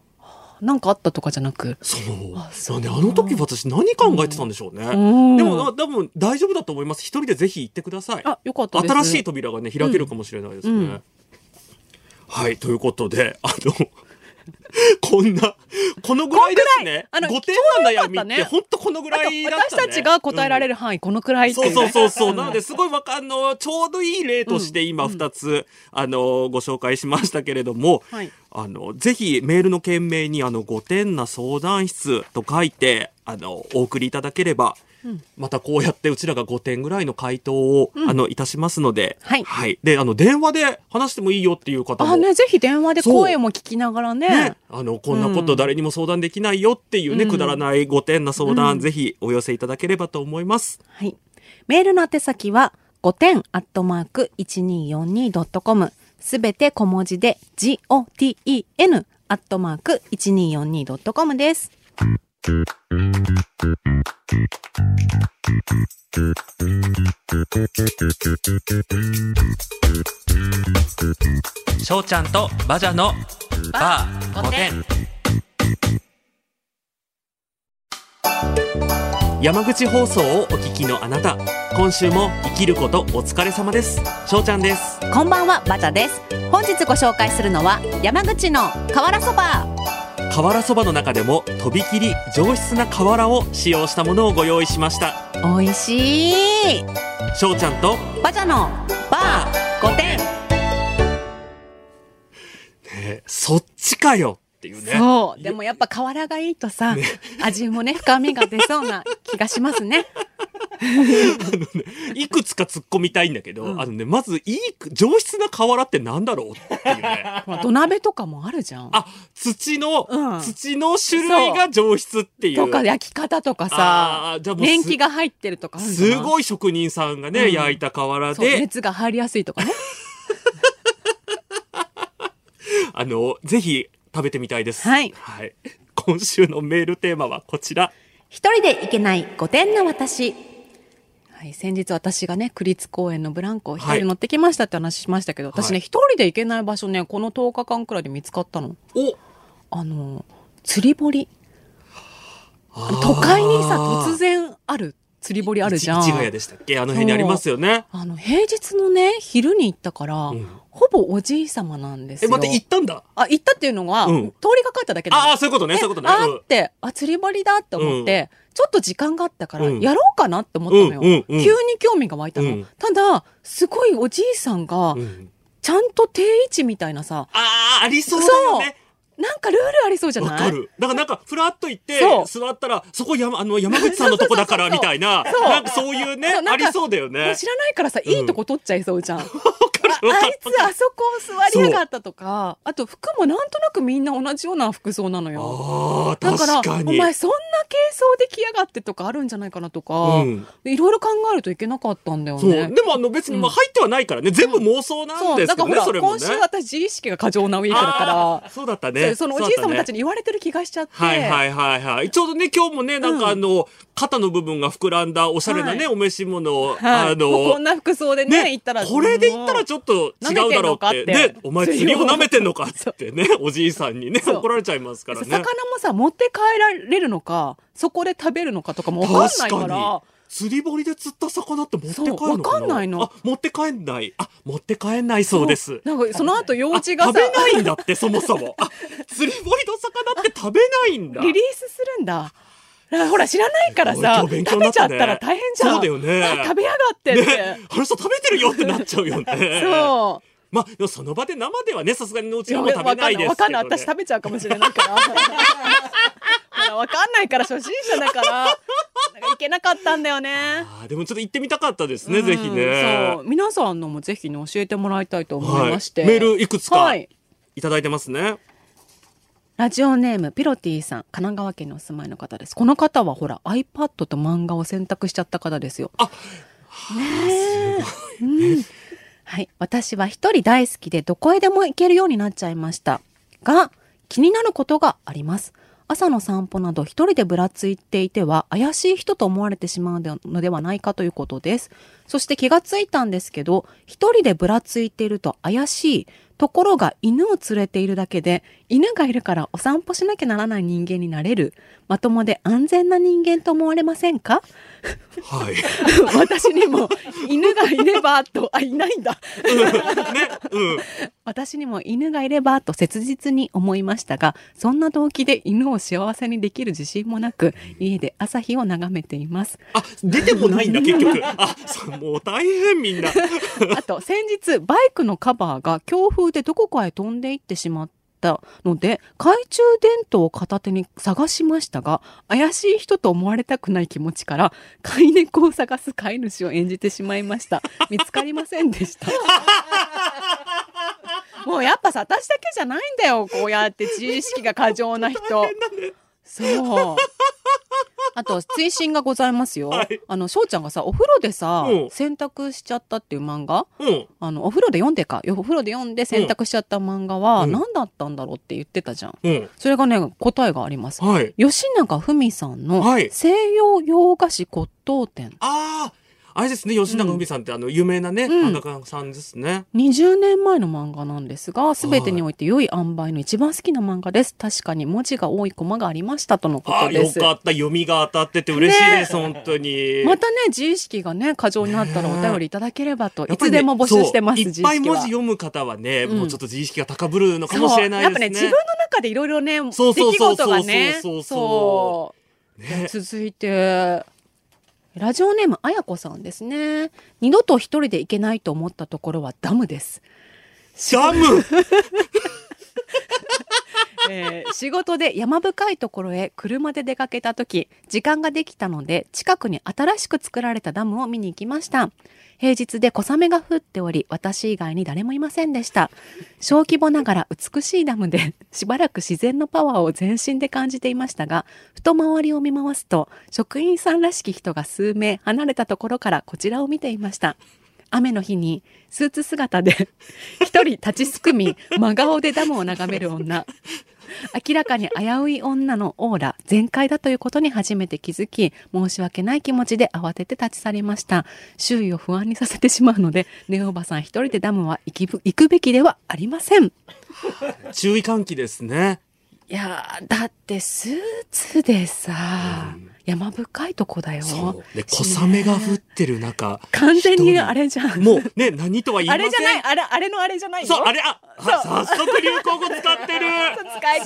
なんかあったとかじゃなく。
そう。
あそう
なんで、あの時私何考えてたんでしょうね。
うん
でも、あ多分大丈夫だと思います。一人でぜひ行ってください。
あ、よかったです。
新しい扉がね、開けるかもしれないですね。
うんうん
はい、ということで、あの、 こんな、このぐらいですね。
こんぐらいあ
5
の
点の悩
ちょうどよかった
みっ
ね
て、ほんとこのぐ
あ
ら
と
いだった、ね。
私たちが答えられる範囲、このくらいって
そ
いうう
そう
ね。
そう そう。
ん
なので、すごいわかんの、ちょうどいい例として今二つ、あの、ご紹介しましたけれども、
はい
あの、ぜひメールの件名に、あの、5点な相談室と書いて、あの、お送りいただければ、またこうやってうちらが5点ぐらいの回答を、あの、いたしますので、
はい
で、あの、電話で話してもいいよっていう方も。
あね、ぜひ電話で声も聞きながらね
ね。、あの、こんなこと誰にも相談できないよっていうね、くだらない5点な相談、ぜひお寄せいただければと思います。
はい。メールの宛先は、5点アットマーク 1242.com。すべて小文字で、goten アットマーク 1242.com です。
翔ちゃんとバジャのバー
バー御殿
山口放送をお聞きのあなた今週も生きることお疲れ様です翔ちゃんです
こんばんは、バタです。本日ご紹介するのは、山口の瓦そば。
瓦そばの中でもとびきり上質な瓦を使用したものをご用意しました
美味しい。
翔ちゃんと
バジャのバー5点。
えそっちかよっていうね
そう。でもやっぱ瓦がいいとさ、味もね、深みが出そうな気がしますね。
いくつか突っ込みたいんだけど、あのねまずいい上質な瓦ってなんだろうっていうね
ほら土鍋とかもあるじゃん。
あ、土の、
うん
土の種類が上質っていう。
とか焼き方とか
あ
さ
ーじゃあ、もうす
年季が入ってるとかあるんじゃな
す
い
ごい職人さんがね、
うん
焼いた瓦
そう
で、
熱が入りやすいとかね。
あの、ぜひ食べてみたいです。
はい
今週のメールテーマはこちら。
一人で行けない5点の私。はい、先日私がね、区立公園のブランコを一
はい
人乗ってきましたって話しましたけど、私
は
ね、
い
一人で行けない場所ね、この10日間くらいで見つかったの。
お
あの、釣り堀。あの都会にさ、突然ある釣り堀あるじゃん。
市ヶ谷でしたっけあの辺にありますよね。
あの、平日のね、昼に行ったから、
ん
ほぼおじい様なんです
え、
よ。
待って、行ったんだ。
あ、行ったっていうのが、
うん
通りがかっただけだ
ああ、そういうことね、そういうことね。
あーって、あ、釣り堀だって思って、ちょっと時間があったから、
うん
やろうかなって思ったのよ。
うんうんうん
急に興味が湧いたの。
うん
ただ、すごいおじいさんが
うん。う、ん
ちゃんと定位置みたいなさ、
ああ、ありそうだよね。
なんかルールありそうじゃ
わ
ない
かる。だからなんか、ふらっと行って
そ、う
座ったら、そこ山、あの、山口さんのとこだから、みたいな。
そう
なんかそういうね、
そうな
あ
んか
りそうだよね。
知らないからさ、
うん
いいとこ取っちゃいそうじゃん。あ
わか
あ
る
いつあそこ座りやがったとか、あと服もなんとなくみんな同じような服装なのよ。
ああ、
だから、
確
お
かに。
前そんな軽装で来やがってとかあるんじゃないかなとか、
うん
いろいろ考えるといけなかったんだよ
そう。
ね。
でもあの別にまあ入ってはないからね、全部妄想なん
そう、
です
だ
け
か
ど
ら
ね、
ほら、
それも
今
ね。
週私自意識が過剰なウィークだか
あーそうだった
ら、
ね。
そうそのおじいさまたち
に。
に言われてる気がしちゃって、
はいはいはいはい。ちょうどね、今日もね、なんかあの、肩の部分が膨らんだおしゃれなね、
は
お召し物を、
はい
あ
もうこん
の、
な服装でね、行ったら、
これで言ったらちょっと違うだろうって。
舐めてんのかって
ね、お前釣りを舐めてんのかって ね、おじいさんにね、
そう
怒られちゃいますから
魚
ね
も。さ、持って帰られるのか、そこで食べるのかとかもわかんないか
確からに、。釣り堀で釣った魚って持って帰るの
そう
かな
わかんないの
あ、持って帰んない。あ、持って帰んないそうです。
なんかその後用事がさ
食、べないんだってそもそもあ釣り堀の魚って食べないんだ
リリースするんだ。だからほら、知らないからさ、
おい今日勉強
食
にな
べ
っ
ちゃ
た
っ
ね
たら大変じゃん。
そうだよね
あ食べやがってって。
ねあの人食べてるよってなっちゃうよね
そう。
まあでもその場で生ではねさすがにうち
いや
のも食べないです
わかんない。
けどね
私食べちゃうかもしれないから。ほらわかんないから初心者だから。なんかいけなかったんだよね。
あーでもちょっと行ってみたかったですね、ぜひ
うん
ね
そう。皆さんのもぜひね、教えてもらいたいと思
はいい
まして。
メールいくつか
はいい
ただいてますね、
ラジオネーム、ピロティさん。神奈川県にお住まいの方です。この方はほら、iPad と漫画を選択しちゃった方ですよ。
あ
はい。私は一人大好きで、どこへでも行けるようになっちゃいました。が、気になることがあります。朝の散歩など一人でぶらついていては怪しい人と思われてしまうのではないかということです。そして気がついたんですけど、一人でぶらついていると怪しい。ところが犬を連れているだけで、犬がいるからお散歩しなきゃならない人間になれる。まともで安全な人間と思われませんか
はい。
私にも犬がいればと、あ、いないんだ。
ね、うん。
私にも犬がいればと切実に思いましたがそんな動機で犬を幸せにできる自信もなく家で朝日を眺めています
あ、出てもないんだ、結局。あ、そうもう大変みんな。
あと先日バイクのカバーが強風でどこかへ飛んでいってしまったので懐中電灯を片手に探しましたが怪しい人と思われたくない気持ちから飼い猫を探す飼い主を演じてしまいました見つかりませんでした もうやっぱさ私だけじゃないんだよこうやって自意識が過剰な人そうあと追伸がございますよ、
はい
あの翔ちゃんがさお風呂でさ、
うん
洗濯しちゃったっていう漫画
うん。
あのお風呂で読んでかよお風呂で読んで選択しちゃった漫画は
うん
何だったんだろうって言ってたじゃん
うん。
それがね答えがあります
はい。
吉永文さんの
はい
西洋洋菓子骨董店
ああ、あれですね、吉永文さんって、あの、有名なね、
うん
漫画家さんですね。
20年前の漫画なんですが全てにおいて良い塩梅の一番好きな漫画です確かに文字が多いコマがありましたとのこ
あ
と
あ、よ
です
かった。読みが当たってて嬉しいです、本当に。
またね自意識がね過剰になったらお便りいただければと、
や
い
っぱり
つ
ね
でも募集してま
そ
す、
ういっ
自意
ぱい
識
文
は
字読む方はね、
うん
もうちょっと自意識が高ぶるのかもし
そう
れない
やっ
で
ぱ
すね。
ね自分の中でいろいろね
そうそうそうそう
出来事がね
そうそうそう
そう
ね
続いてラジオネームあやこさんですね二度と一人で行けないと思ったところはダムです、
ダム
えー仕事で山深いところへ車で出かけた時時間ができたので近くに新しく作られたダムを見に行きました平日で小雨が降っており私以外に誰もいませんでした小規模ながら美しいダムでしばらく自然のパワーを全身で感じていましたがふと周りを見回すと職員さんらしき人が数名離れたところからこちらを見ていました雨の日にスーツ姿で一人立ちすくみ真顔でダムを眺める女明らかに危うい女のオーラ全開だということに初めて気づき申し訳ない気持ちで慌てて立ち去りました周囲を不安にさせてしまうのでネオおばさん一人でダムは行きぶ行くべきではありませんい
注意喚起ですね。
やーだってスーツでさ、山深いとこだよ
そう。で、小雨が降ってる中。
完全に
一人
あれじゃん
もうね、何とは言いま
あ
せ
れ
ん。
じゃない、あれ、あれのあれじゃないよ。
そう、あれ、あ、あ早速流行語使ってる
そう使いたくなっちゃう。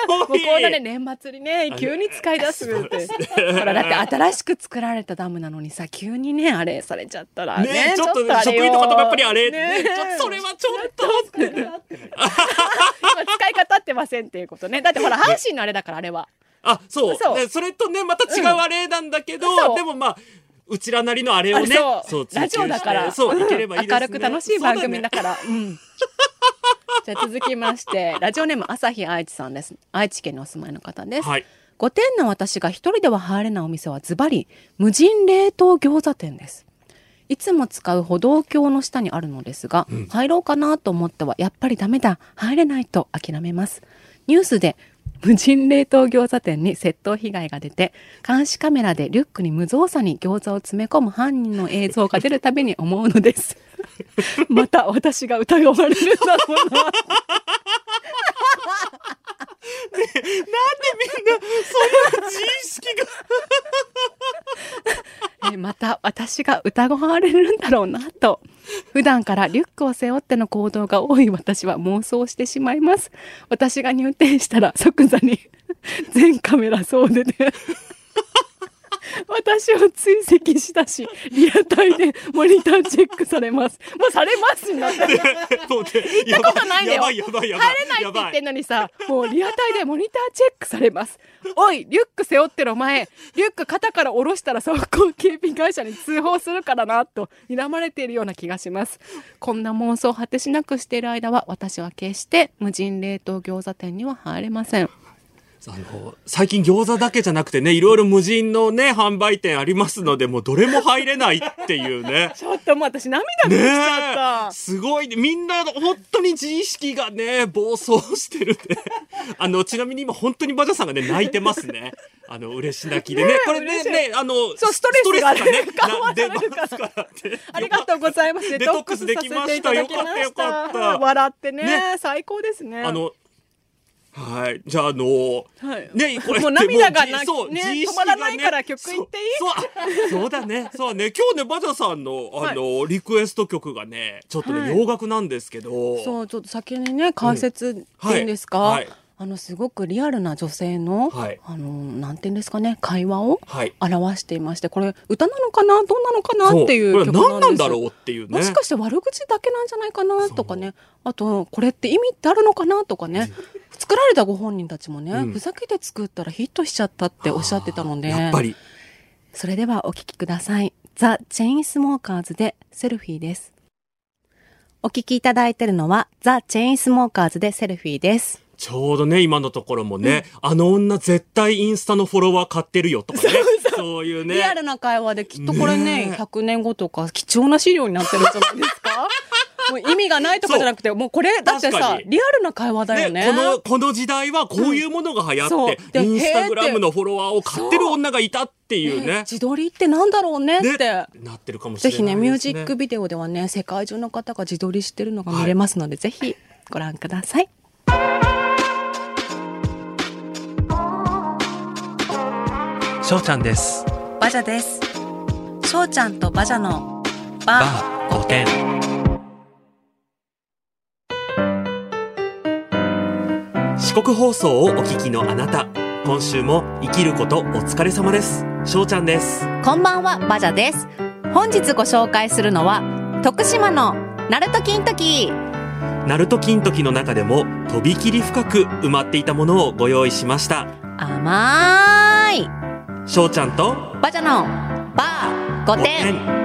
す
もう
ご
こ
いう
だね、年末にね、急に使い出すって。ほら、だって新しく作られたダムなのにさ、急にね、あれされちゃったら。
ね
ね
ちょっと
ちょっとあれ
職
よ
員の方もやっぱりあれ、
ね
ねちょっとそれはちょっとってね
今使い方ってませんっていうことね。だってほら、阪神のあれだから、あれは。
あそう
そう
ね、それとねまた違うあれなんだけど、
うんそう
でもまあうちらなりのあれをね
あそう
追求
ラ
して
ジオだから
そういければいいです、ね、
明るく楽しい番組だから。うん。じゃあ続きまして、ラジオネーム朝日愛知さんです。愛知県にお住まいの方です。
はい
5点の私が一人では入れないお店はズバリ無人冷凍餃子店ですいつも使う歩道橋の下にあるのですが、入ろうかなと思ってはやっぱりダメだ入れないと諦めますニュースで無人冷凍餃子店に窃盗被害が出て監視カメラでリュックに無造作に餃子を詰め込む犯人の映像が出るたびに思うのです また私が疑われるんだろうな
そういう自意識が
えーまた私が疑われるんだろうなと普段からリュックを背負っての行動が多い私は妄想してしまいます私が入店したら即座に 全カメラ総出で私を追跡したしリアタイでモニターチェックされますもうされますになってる
そうね
行ったことないんだ
や
よ
ばいやばいやばい
入れないって言ってん
の
のにさもうリアタイでモニターチェックされますおいリュック背負ってるお前リュック肩から下ろしたら速攻警備会社に通報するからなと睨まれているような気がしますこんな妄想を果てしなくしている間は私は決して無人冷凍餃子店には入れません
あの最近餃子だけじゃなくてねいろいろ無人のね販売店ありますのでもうどれも入れないっていうね
ちょっともう私涙出てきちゃっ
ねえすごいねみんな本当に自意識がね暴走してるね あのちなみに今本当にバジャさんがね泣いてますねあの嬉し泣きでねこれね
嬉しい
ねあの
そうストレスがね 緩
な
和さ
出
れ
ま
るから
すからね
た。ありがとうございます。
デトックスできま
デ
した
トックスさせていだ
よかったよ
きまし
かった
笑ってね
ね
最高ですね。
あの、はい。じゃあ、あのー
はい
ね、これって
もう涙がな
もうじそう
ね
自意識
止まら
が
な
ね
いから曲行っていい
そうそうあそうだね。そうね。今日ね、バジャさんの、あのーリクエスト曲がね、ちょっとね、
はい
洋楽なんですけど。
そうちょっと先にね解説っていうんですか、
はいはい
あのすごくリアルな女性の、
はい
あのなんていうんですかね会話を
はい
表していまして、これ歌なのかなどうなのかなっていう
そこれは
曲
何な
なんです
んだろうっていうね。
もしかして悪口だけなんじゃないかなとかねあとこれって意味ってあるのかなとかね作られたご本人たちもね、
うん
ふざけて作ったらヒットしちゃったっておっしゃってたので
やっぱり。
それではお聞きください。ザ・チェインスモーカーズでセルフィーです。お聞きいただいてるのはザ・チェインスモーカーズでセルフィーです。
ちょうどね、今のところもね、あの女絶対インスタのフォロワー買ってるよとかね。そういうね。
リアルな会話できっとこれね、
ねえ
100年後とか貴重な資料になってるんじゃないです かもう意味がないとかじゃなくて、もうこれ、だって
確か
さ、
に
リアルな会話だよね。
このこの時代はこういうものが流行
うんそ
っ
う
て、
で
インスタグラムのフォロワーを買ってる女がいたっていう
ね
ね。
自撮りってなんだろうねって。
ねなってるかもしれ
ぜ
ない
ひねミュージック
ビ
ビデオではね世界中の方が自撮りしてるのが見れますので、ぜひご覧ください。
しょうちゃんです
バジャです。しょうちゃんとバジャのバ
5点四国放送をお聞きのあなた今週も生きることお疲れ様ですしょうちゃんです
こんばんはバジャです。本日ご紹介するのは徳島のナルトキントキ。
ナルト金時の中でもとびきり深く埋まっていたものをご用意しました
甘い
しょうちゃんと
バジャのバー5点。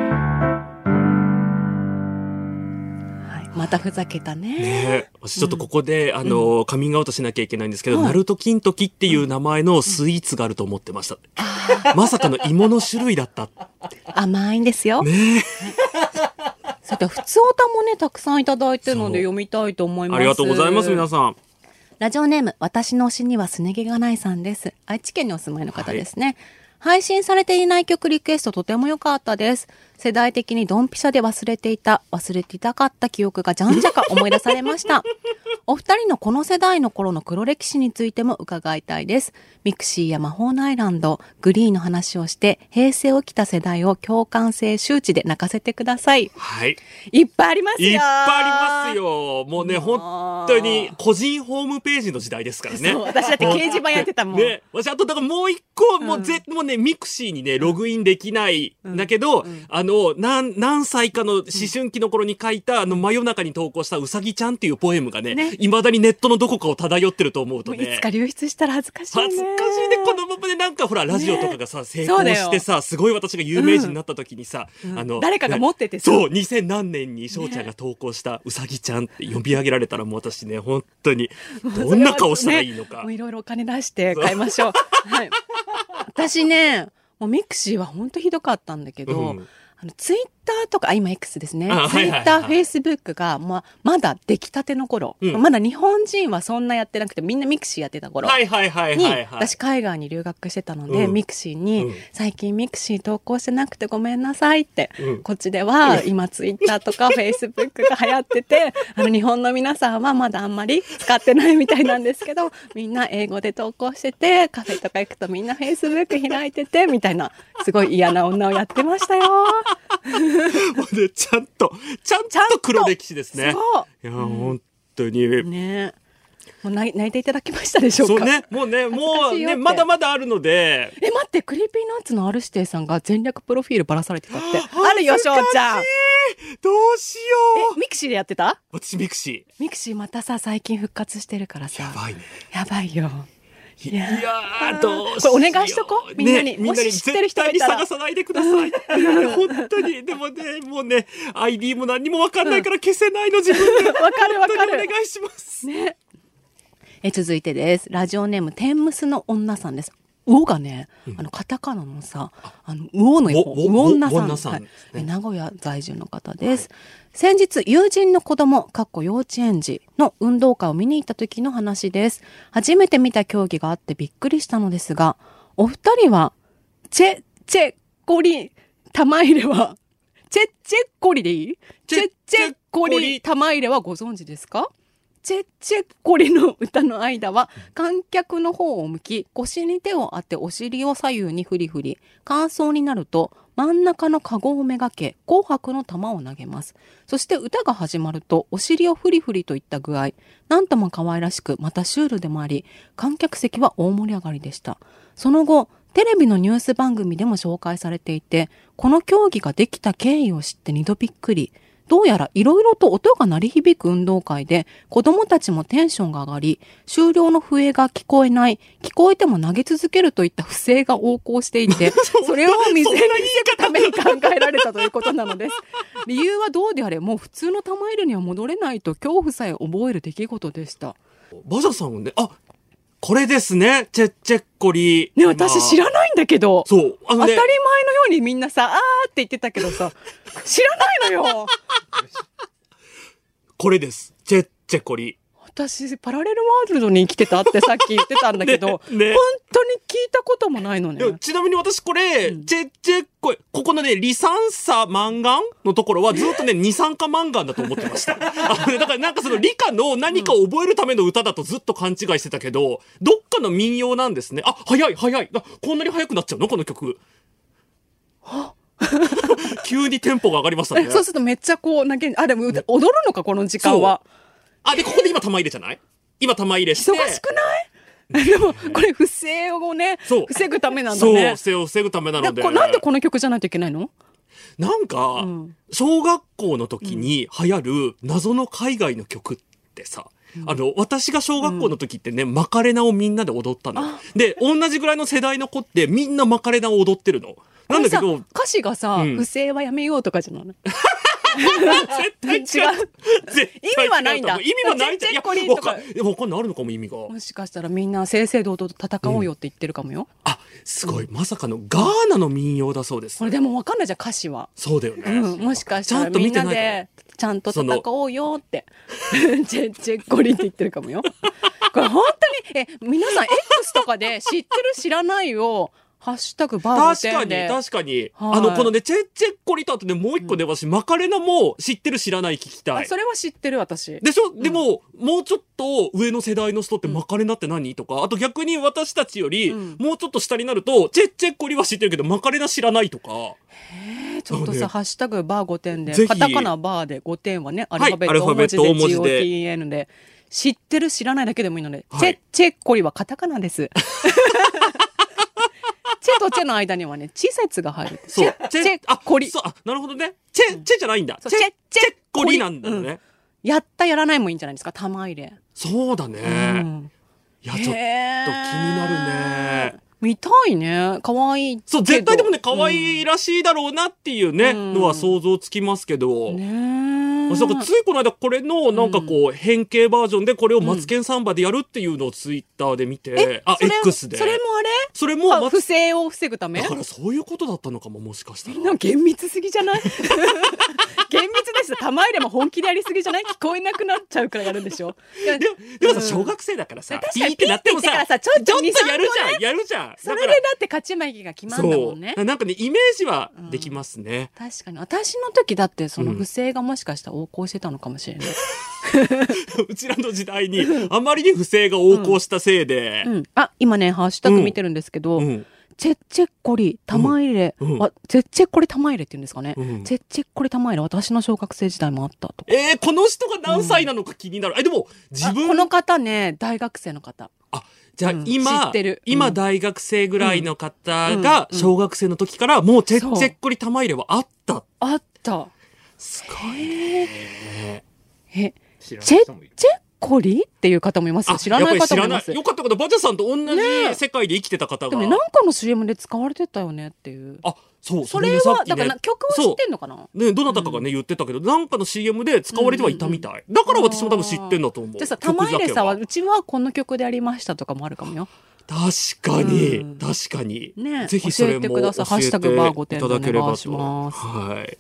はいまたふざけたね。
ねえ、私ちょっとここで、あの、カミングアウトしなきゃいけないんですけど、
はい
ナルトキントキっていう名前のスイーツがあると思ってました。まさかの芋の種類だ った。
甘いんですよ。
ね
さて普通おたもねたくさんいただいてるので
そう
読みたいと思います。
ありがとうございます、皆さん。
ラジオネーム、私の推しにはすね毛がないさんです。愛知県にお住まいの方ですね。配信されていない曲リクエストとても良かったです。世代的にドンピシャで忘れていた、忘れていたかった記憶がじゃんじゃか思い出され ました。お二人のこの世代の頃の黒歴史についても伺いたいです。ミクシーや魔法のアイランド、グリーンの話をして、平成を生きた世代を共感性周知で泣かせてください。
はい。
いっぱいありますよ
いっぱいありますよ。もうね、本当に個人ホームページの時代ですからね
そう。私だって掲示板やってたもん。
ね、私あとだからもう一個、もうぜ、もうね、ミクシーにね、ログインできない、んだけど、あの、なん、何歳かの思春期の頃に書いた、あの、真夜中に投稿したうさぎちゃんっていうポエムがね
ね、
いまだにネットのどこかを漂ってると思うと
もう
ね。
いつか流出したら恥ずかしいね。
恥ずかしいね、このままでなんかほら、ラジオとかがさ、成
そ
功
うだよ
してさ、すごい私が有名人になった時にさ、あの、
誰かが持っててさ
そう、2000何年に翔ちゃんが投稿したうさぎちゃんって呼び上げられたらもう私ね、本当に、どんな顔したらいいの
ね
か
もう。いろいろお金出して買いましょう。はい。私ね、もうミクシーは本当ひどかったんだけど、
うん
あのツイッターとか、あ、今 X ですね
あ。
ツ
は
イ
いはいはい
ッター、フェイスブックが、まあ、まだ出来たての頃、
うん
まだ日本人はそんなやってなくて、みんなミクシーやってた頃。
はいはいはい
に、
はい、はい。
私海外に留学してたので、
うん
ミクシ
う
ー
ん
に、最近ミクシー投稿してなくてごめんなさいって、
うん
こっちでは今ツイッターとかフェイスブックが流行って て、あの日本の皆さんはまだあんまり使ってないみたいなんですけど、 みんな英語で投稿してて、カフェとか行くとみんなフェイスブック開いてて、みたいな、すごい嫌な女をやってましたよ。
もうねちゃんと、 ちゃんと黒歴史ですね。
そ
いや、本当に。
う。ねもう泣い泣いていただきましたでしょうか
そうね、もうね、もう
恥ずかしいよっ
ね、
て
まだまだあるので、
え、待って、クリーピーナッツの R 指定さんが全略プロフィールばらされてたって。あるよ、
恥ず
翔
かしい
ちゃん。え、
どうしよう。
ミクシーでやってた
私ミクシ
ミクシーまたさ、最近復活してるから
ー。
さ。
やばいね。
やばいよ。
い
や
やー、どうしよう。
これお願いしとこみんなに
ね
もし知ってる人がいたら
絶対に探さないでくだ さい。本当に。でもね、もうね、ID も 何にもわかんないから消せないの、自分で。
わかるわか
本当に
る
お。願いします。
ね。え続いてです。ラジオネーム、天むすの女さんです。魚がね、あの、カタカナのさ、あの、魚の方、
ウォウォ
魚女さん。
ウォンナさん
はい
ですね
え名古屋在住の方です。先日、友人の子供、かっこ幼稚園児の運動会を見に行った時の話です。初めて見た競技があってびっくりしたのですが、お二人は、チェ、チェ、コリ、玉入れは、チェ、チェ、コリでいい
チ
チ
ェ
ェ、チェ、コ
チェッコ
リ、
リ
玉入れはご存知ですかチェッチェッコリの歌の間は観客の方を向き腰に手を当てお尻を左右にフリフリ乾燥になると真ん中のカゴをめがけ紅白の玉を投げますそして歌が始まるとお尻をフリフリといった具合なんとも可愛らしくまたシュールでもあり観客席は大盛り上がりでしたその後テレビのニュース番組でも紹介されていてこの競技ができた経緯を知って二度びっくりどうやらいろいろと音が鳴り響く運動会で子供たちもテンションが上がり終了の笛が聞こえない聞こえても投げ続けるといった不正が横行してい てそれを未然に防ぐために考えられたということなのです 理由はどうであれもう普通の玉入れには戻れないと恐怖さえ覚える出来事でした
バジャさんはね、あ、これですね。チェッチェッコリ。
ね、私知
ん。
らないんだけど。
そう。あ
当た
の
り
ね
前の、ようにみんなさ、あーって言ってたけどさ、知らないの よ。
これです。チェッチェッコリ。
私、パラレルワールドに生きてたってさっき言ってたんだけど、
ねね
本当に聞いたこともないのね
で。もちなみに私これ、チェッチェッコリ、ここのね、リサンサマンガンの ところはずっとね、二酸化マンガンだと思ってました。あのねだからなんかその理科の何かを覚えるための歌だとずっと勘違いしてたけど、どっかの民謡なんですね。あ、早い早い。あこんなに早くなっちゃうのこの曲。 急にテンポが上がりましたね
え。そうするとめっちゃこう投げに、あ、でも歌踊るのか、この時間は。
あ、で、ここで今玉入れじゃない今玉入れして。
忙しくない でも、これ不正をね、
そう
防ぐためなんだ
そう、
ね
不。正を防ぐためなの
で
で。
こなんでこの曲じゃないといけないの
なんか、小学校の時に流行る謎の海外の曲ってさ、あの、私が小学校の時ってね、マカレナをみんなで踊ったの。で、同じぐらいの世代の子ってみんなマカレナを踊ってるの。なんだけ
これ
ど
さ、歌詞がさ、
うん
不正はやめようとかじゃない
絶対違う。
違う
絶対違う
意味はないんだ
意味はないんだ。
チェチェ
いや、
コリと
わ
か
かんいやわかんない。あるのかも意味が。
もしかしたらみんな正々堂々と戦おうよって言ってるかもよ。
あ、すごい。まさかのガーナの民謡だそうです
こ。れでも分かんないじゃん歌詞は。
そうだよね。
うん、もしかした
ちゃ
ら
んと
み
見
ん
て
な
ないから
でちゃんと戦おうよって 「チェッチェッコリ」って言ってるかもよ。 これ本当にえ皆さん X とかで知ってる知らないを「ハッシュタグバーゴ
確
テ
か
ン
に
で」
確かに、
はい
あのこのねチェッチェッコリとあとねもう一個ね、私マカレナも知ってる知らない聞きた
あ
い
それは知ってる私。
でしょ、でももうちょっと上の世代の人ってマカレナって何とかあと逆に私たちより、
うん
もうちょっと下になるとチェッチェッコリは知ってるけどマカレナ知らないとか
えちょっと
そう
さ「
ね
ハッシュタグバーゴテンで」
ぜひ
カタカナバーで5点はねアル
はい
ファベット大文字で
アルファベット大文字で
GOTN で。知ってる知らないだけでもいいので、
はい
チェッチェッコリはカタカナです。 チェとチェの間にはね、チセツが入る。
そう
チェチェ
あ
コリ
そうあなるほどねチェ、チェじゃないんだ
そう
チェ
チェ
チェッ
チェッコ
コ
リ
リなんだよね、
うんやったやらないもいいんじゃないですか玉入れ。
そうだね、
うん
いやちょっと気
へ
に
ー
なるね
見たいね。可愛いけど。
そう絶対でもね可愛いらしいだろうなっていうね、
うん
のは想像つきますけど、
うん。ねえ
まさかついこの間これのなんかこう変形バージョンでこれをマツケンサンバでやるっていうのをツイッターで見て、あ、
それ
X で。
それも
それも
あれあ
マ
不
ツ
正を防ぐため
だからそういうことだったのかももしかしたら。
なんか厳密すぎじゃない 厳密です。玉入れも本気でやりすぎじゃない聞こえなくなっちゃうからやるんでしょ。いや
でもでも
う
さ、
ん
小学生だからさ、
確かに
ピーってなっても
ピーって言ってからさ
さ、
ちょっと
ちょっとやるじゃん、やるじゃん。
それで
だか
だ
ら
って勝ち負けが決まるんだ
そ
も
うん
ね。
なんかね、イメージはできますね。
確かに。私の時だってその不正がもしかしたら横行してたのかもしれない。
うちらの時代に、あまりに不正が横行したせいで
う。ん。あ、今ね、ハッシュタグ見てるんですけど、
うん
チェッチェッコリ玉入れ、
うんうん
あチェッチェッコリ玉入れって言うんですかね、
うん
チェッチェッコリ玉入れ私の小学生時代もあったとか
えー、この人が何歳なのか気になる。え、でも、自
あ
分
この方ね大学生の方
あ、じゃあ
うん知
今、
ってるうん
今大学生ぐらいの方が、小学生の時からもうチェッチェッコリ玉入れはあった。
あった
すごいね。
え
知ら
チェッチェッコリっていう方もいますよ知らない方もいます
よかったこと、バジャさんと同
ねえ
じ世界で生きてた方
で
が。
もねなんかの CM で使われてたよねっていう
あ、そう
それ
でさっ
は、
き
だ
ね
から曲を知ってんのかな
ね、どなたかがね、言ってたけど、なんかの CM で使われてはいたみたい。だから私も多分知ってんだと思う。
じゃあさ、
曲
玉入れ
酒
さんは、うちはこの曲でありましたとかもあるかもよ。
確かに、
うん
確かに。
ね
ぜひそれも
教えてください
教え
ハッシュタグバーゴ
て
テ
いた
ンで
だけれ
お願
ば
いし
と。
ます
はい。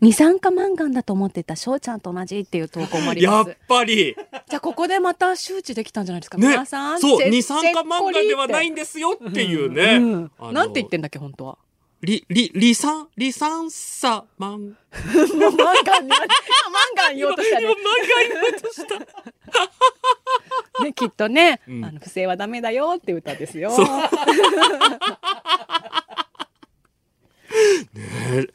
二酸化マンガンだと思ってた翔ちゃんと同じっていう投稿もあり
や
ま
っ
す。
ぱり、
じゃあここでまた周知できたんじゃないですか、
ね
皆さ、ん。
そう、
チェ
二酸化マンガンではない
チ
んですよっていう
ェッコリって
ね。
う
あの
ん。なんて言ってんだっけ、本当は。
リ、リ、リサン、リサンサマン。
マンガンに、マンガン言おうとしたね。
今マンガン言おうとした。
ね、きっとね、
うん
あの不正はダメだよって歌ですよ。
そうね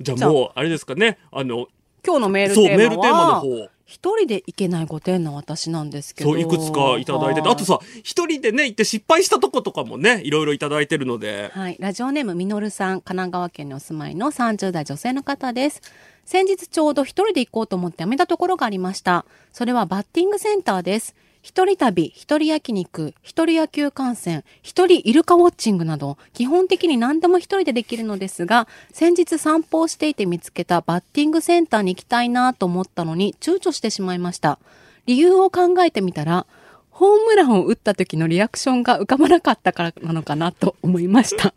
じゃあもう、あれですかね。あの、
今日のメール
そう、
テ
メールテ
ー
ー
マ
マの
は、
方。
一人でいけない5点の私なんですけど。
そう、いくつかいただいてて、あとさ、
さ。
一人でね、行って失敗したとことかもね、いろいろいただいてるので、
はい。ラジオネームみのるさん、神奈川県にお住まいの30代女性の方です。先日ちょうど一人で行こうと思ってやめたところがありました。それはバッティングセンターです。一人旅、一人焼肉、一人野球観戦、一人イルカウォッチングなど、基本的に何でも一人でできるのですが、先日散歩をしていて見つけたバッティングセンターに行きたいなと思ったのに躊躇してしまいました。理由を考えてみたら、ホームランを打った時のリアクションが浮かばなかったからなのかなと思い ました。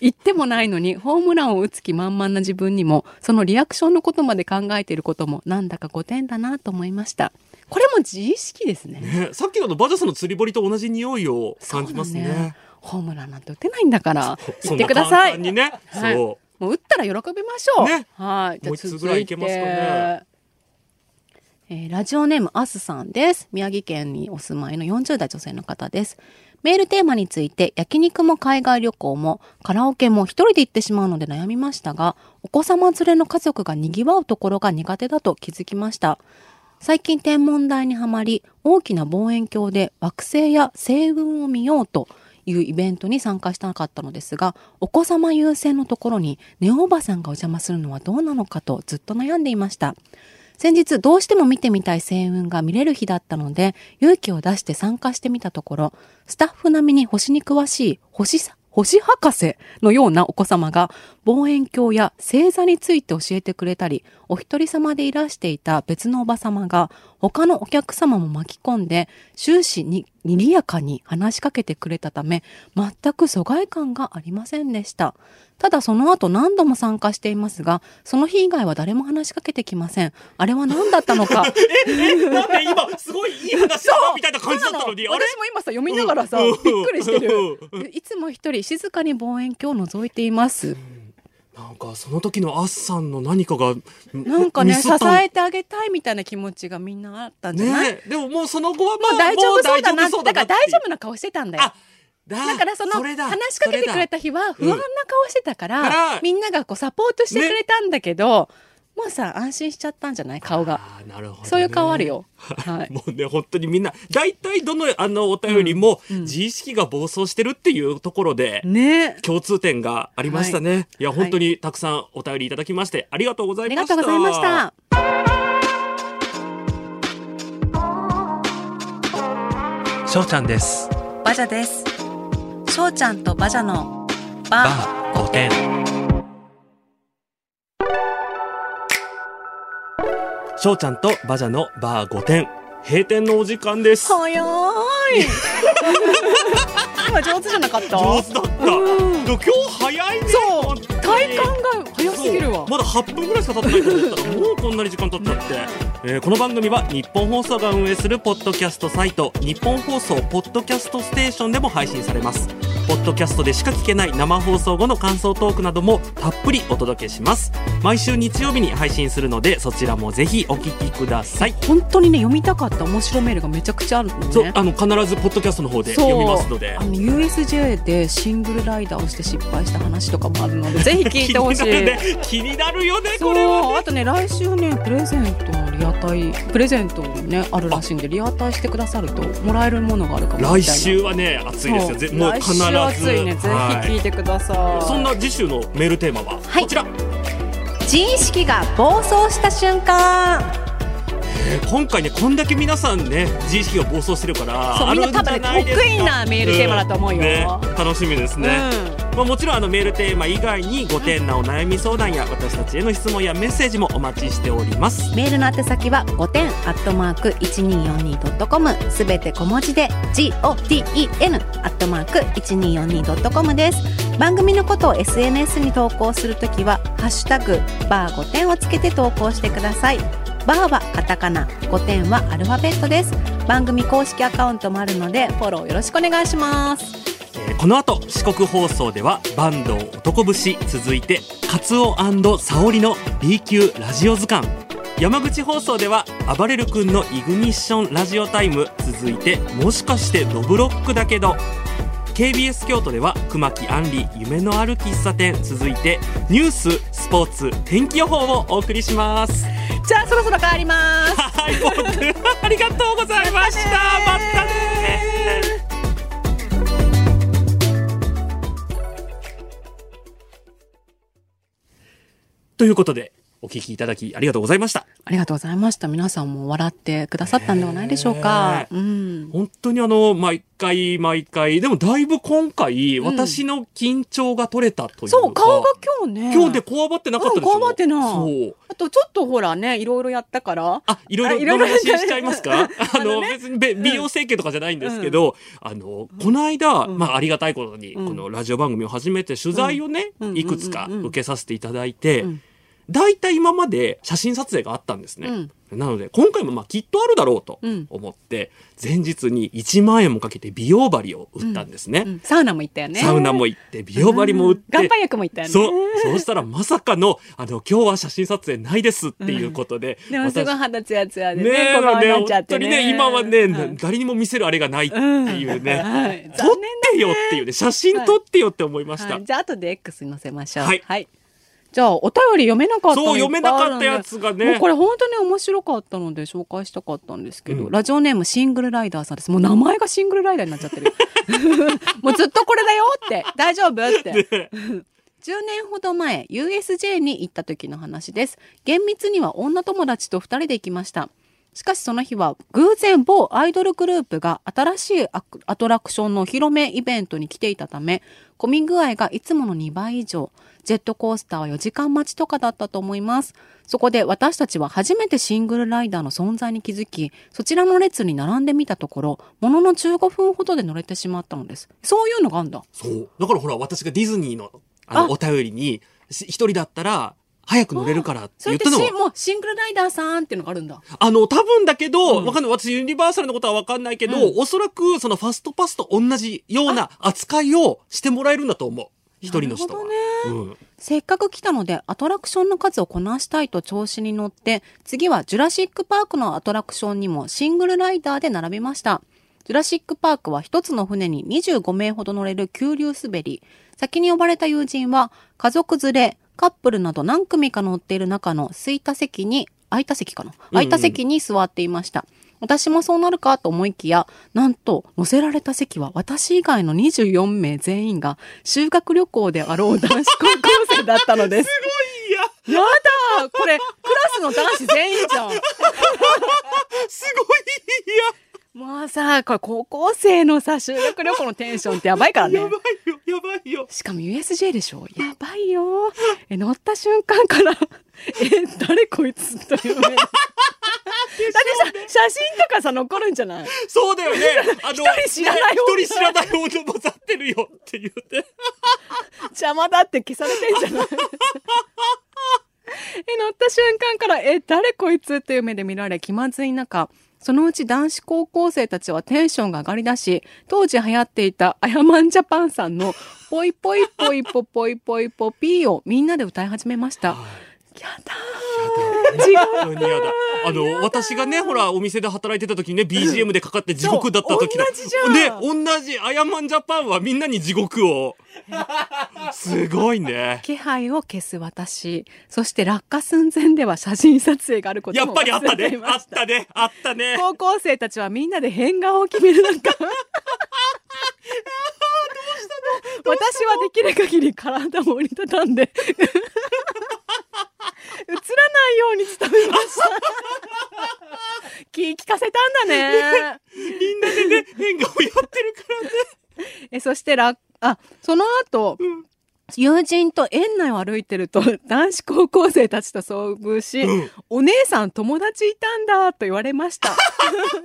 言ってもないのに、ホームランを打つ気満々な自分にも、そのリアクションのことまで考えていることも、なんだか5点だなと思いました。これも自意識ですね。
ね、さっきのあのバジャスの釣り堀と同じ匂いを感じます
そうだ
ね。
ホームランなんて打てないんだから、
そ
言
んな
ってくださ
簡
い。
単にね。
はい
そ
もう打ったら喜びましょう。
ね
はい。じゃ
もう
あ
一通
続いて。
ぐらいいけますかね
えーラジオネームアスさんです。宮城県にお住まいの40代女性の方です。メールテーマについて焼肉も海外旅行もカラオケも一人で行ってしまうので悩みましたが、お子様連れの家族が賑わうところが苦手だと気づきました。最近天文台にはまり大きな望遠鏡で惑星や星雲を見ようというイベントに参加したかったのですがお子様優先のところにネオおばさんがお邪魔するのはどうなのかとずっと悩んでいました先日どうしても見てみたい星雲が見れる日だったので勇気を出して参加してみたところスタッフ並みに星に詳しい星さ星博士のようなお子様が望遠鏡や星座について教えてくれたりお一人様でいらしていた別のおば様が他のお客様も巻き込んで終始に賑やかに話しかけてくれたため全く疎外感がありませんでしたただその後何度も参加していますがその日以外は誰も話しかけてきませんあれは何だった のか
う。え、なんで今、すごいいい話だなみたいな感じだったのに、
そう
あれ
私も今さ読みながらさ、
うん
びっくりしてる
う
いつも一人静かに望遠鏡を覗いています
なんか、その時のアスさんの何かが、
なんか
ミ
ね
ス
支
った
えてあげたいみたいな気持ちがみんなあったんじゃない、
ね、でももうその後は、まあ
もう大丈夫そうだな
もう大丈夫そう
だ
な
から
って
大丈夫な顔してたんだよ
あだ
だからその
れだ
話しかけてくれた日は不安な顔してたから,、
うんから
みんながこうサポートしてくれたんだけど、もうさ安心しちゃったんじゃない顔が、
あーなるほどね
そういう顔あるよはい
もうね本当にみんな大体どのあのお便りも自意識が暴走してるっていうところで
ね
共通点がありましたね、い、や本当にたくさんお便りいただきましてありがとうござ
あ
い
り
ま
が
した
とうございました
しょうちゃんです
バジャですしょうちゃんとバジャのバ
5点しょうちゃんとバジャのバー5点閉店のお時間です
早い今上手じゃなかった
上手だった。でも今日早いね。
そ
本
う
当に
体感が早すぎる
そ
わ
うまだ8分ぐらいしか経ってないと思ったらも うこんなに時間経っちゃって、えーこの番組は日本放送が運営するポッドキャストサイト日本放送ポッドキャストステーションでも配信されますポッドキャストでしか聞けない生放送後の感想トークなどもたっぷりお届けします毎週日曜日に配信するのでそちらもぜひお聞きください
本当にね読みたかった面白メールがめちゃくちゃあるのね
そうあの必ずポッドキャストの方で読みますので
あの USJ でシングルライダーをして失敗した話とかもあるのでぜひ聞いてほし
気になる ね気になる
い。
よね
そ
これはね
うあとね来週ねプレゼントのリアタイプレゼントもねあるらしいんでリアタイしてくださるともらえるものがあるかもみたいな
来週はね暑いですよぜもう必ず
来週暑いねぜひ聞
はい
てください
いそんな次週のメールテーマは
はい
こちら、
自意識が暴走した瞬間
今回ねこんだけ皆さんね自意識が暴走してるから
そうみんな多分ね
あるんじゃいですか
得意なメールテーマだと思うよ
んね、楽しみですね、まあ、もちろんあのメールテーマ以外にご点なお悩み相談や私たちへの質問やメッセージもお待ちしております
メールの宛先は5点アットマーク 1242.com すべて小文字で GOTEN アットマーク 1242.com です番組のことを SNS に投稿するときは「ハッシュタグバー5点」をつけて投稿してくださいバーはカタカナ5点はアルファベットです番組公式アカウントもあるのでフォローよろしくお願いします
えーこの後四国放送ではバンド男節続いてカツオ沙織の B 級ラジオ図鑑山口放送では暴れる君のイグニッションラジオタイム続いてもしかしてドブロックだけど KBS 京都では熊木杏里夢のある喫茶店続いてニューススポーツ天気予報をお送りします
じゃあそろそろ変わります
はい僕ありがとうございましたまたねということでお聞きいただきありがとうございました
ありがとうございました皆さんも笑ってくださったんではないでしょうか、
ねえ
うん
本当にあの毎回毎回でもだいぶ今回私の緊張が取れたというか、
そう顔が今日ね
今日でこわばってなかったでしょ、
うんこわばってない
そう
あとちょっとほらねいろいろやったから
あ、いろ
あ
い
い
ろ
ろ
お
いろ
話ししちゃいま すかあ
あ
の、
のね
別にべ美容整形とかじゃないんですけど、あの、この間、
ん
まあありがたいことに、
ん
このラジオ番組を始めて取材をね、
うん
いくつ
うん
か
うんうんうん
受けさせていただいて、
うん
大体今まで写真撮影があったんですね。なので、今回もまあきっとあるだろうと
うん
思って、前日に1万円もかけて美容針を打ったんですね。
うんサウナも行ったよね
サウナも行って、美容針も打って、
岩盤浴も行ったよね
そう、そうしたらまさかの、あの、今日は写真撮影ないですっていうことで、
でもすごい肌ツヤツヤでね
ねえ、
小顔になっちゃ
本
って
当
ね
にね、今はね、
うん
誰にも見せるあれがないっていうね、
うんはい
撮ってよっていうね、写真撮ってよって思いました。
はい、じゃあ後で X に載せましょう。
はい
じゃあお便り読めなかったの
そう
いぱいあるんで
読めなかったやつがね
もうこれ本当に面白かったので紹介したかったんですけど、
うん
ラジオネームシングルライダーさんですもう名前がシングルライダーになっちゃっ てるよもうずっとこれだよって大丈夫って、10年ほど前 USJ に行った時の話です厳密には女友達と2人で行きましたしかしその日は偶然某アイドルグループが新しいアクアトラクションのお披露目イベントに来ていたため混み具合がいつもの2倍以上ジェットコースターは4時間待ちとかだったと思いますそこで私たちは初めてシングルライダーの存在に気づきそちらの列に並んでみたところものの15分ほどで乗れてしまったのですそういうのがあんだ
そう。だからほら、私がディズニーの、あの、
あ
お便りに、し一人だったら、早く乗れるからって
そ
言っ
れって
たの
し
は、
もうシングルライダーさんっていうのがあるんだ
あの、多分だけど、わかんない。私、ユニバーサルのことはわかんないけど、おそらく、そのファストパスと同じような扱いをしてもらえるんだと思う。一人の人は。
な
うん。
せっかく来たのでアトラクションの数をこなしたいと調子に乗って次はジュラシック・パークのアトラクションにもシングルライダーで並びましたジュラシック・パークは一つの船に25名ほど乗れる急流滑り先に呼ばれた友人は家族連れカップルなど何組か乗っている中の空いた席に空いた席かな空いた席に座っていました、私もそうなるかと思いきや、なんと乗せられた席は私以外の24名全員が修学旅行であろう男子高校生だったのです。
いや、
やだこれ、クラスの男子全員じ ゃん。
すごい、いや。
もうさ、これ高校生のさ、修学旅行のテンションってやばいからね
や。ばいよ、やばいよ。
しかも USJ でしょやば いよえ乗った瞬間から え誰こいつ という目だってさ
写真とかさ残るんじゃない
そうだよね。あの、
一人知らない
ね一人知らない女混ざってるよって言って。
邪魔だって消されてんじゃない
え乗った瞬間から「え誰こいつ?」という目で見られ気まずい中そのうち男子高校生たちはテンションが上がりだし当時流行っていたアヤマンジャパンさんの「ポイポイポイポポイポイポピー」をみんなで歌い始めました。やだ
違う。やだ。あの、私がね、ほら、お店で働いてた時にね、BGM でかかって地獄だった時だ。
そう同じじゃ
ね、同じ、アヤマンジャパンはみんなに地獄を。すごいね。
気配を消す私そして落下寸前では写真撮影があること
や
も
っぱりあった
忘れて
ね
い。ま
あ
した
ったね。あったね。
高校生たちはみんなで変顔を決める中私はできる限り体を折りたたんで映らないように努めました
えそしてらあその後、友人と園内を歩いてると 男子高校生たちと遭遇し、お姉さん友達いたんだと言われました 友達いないお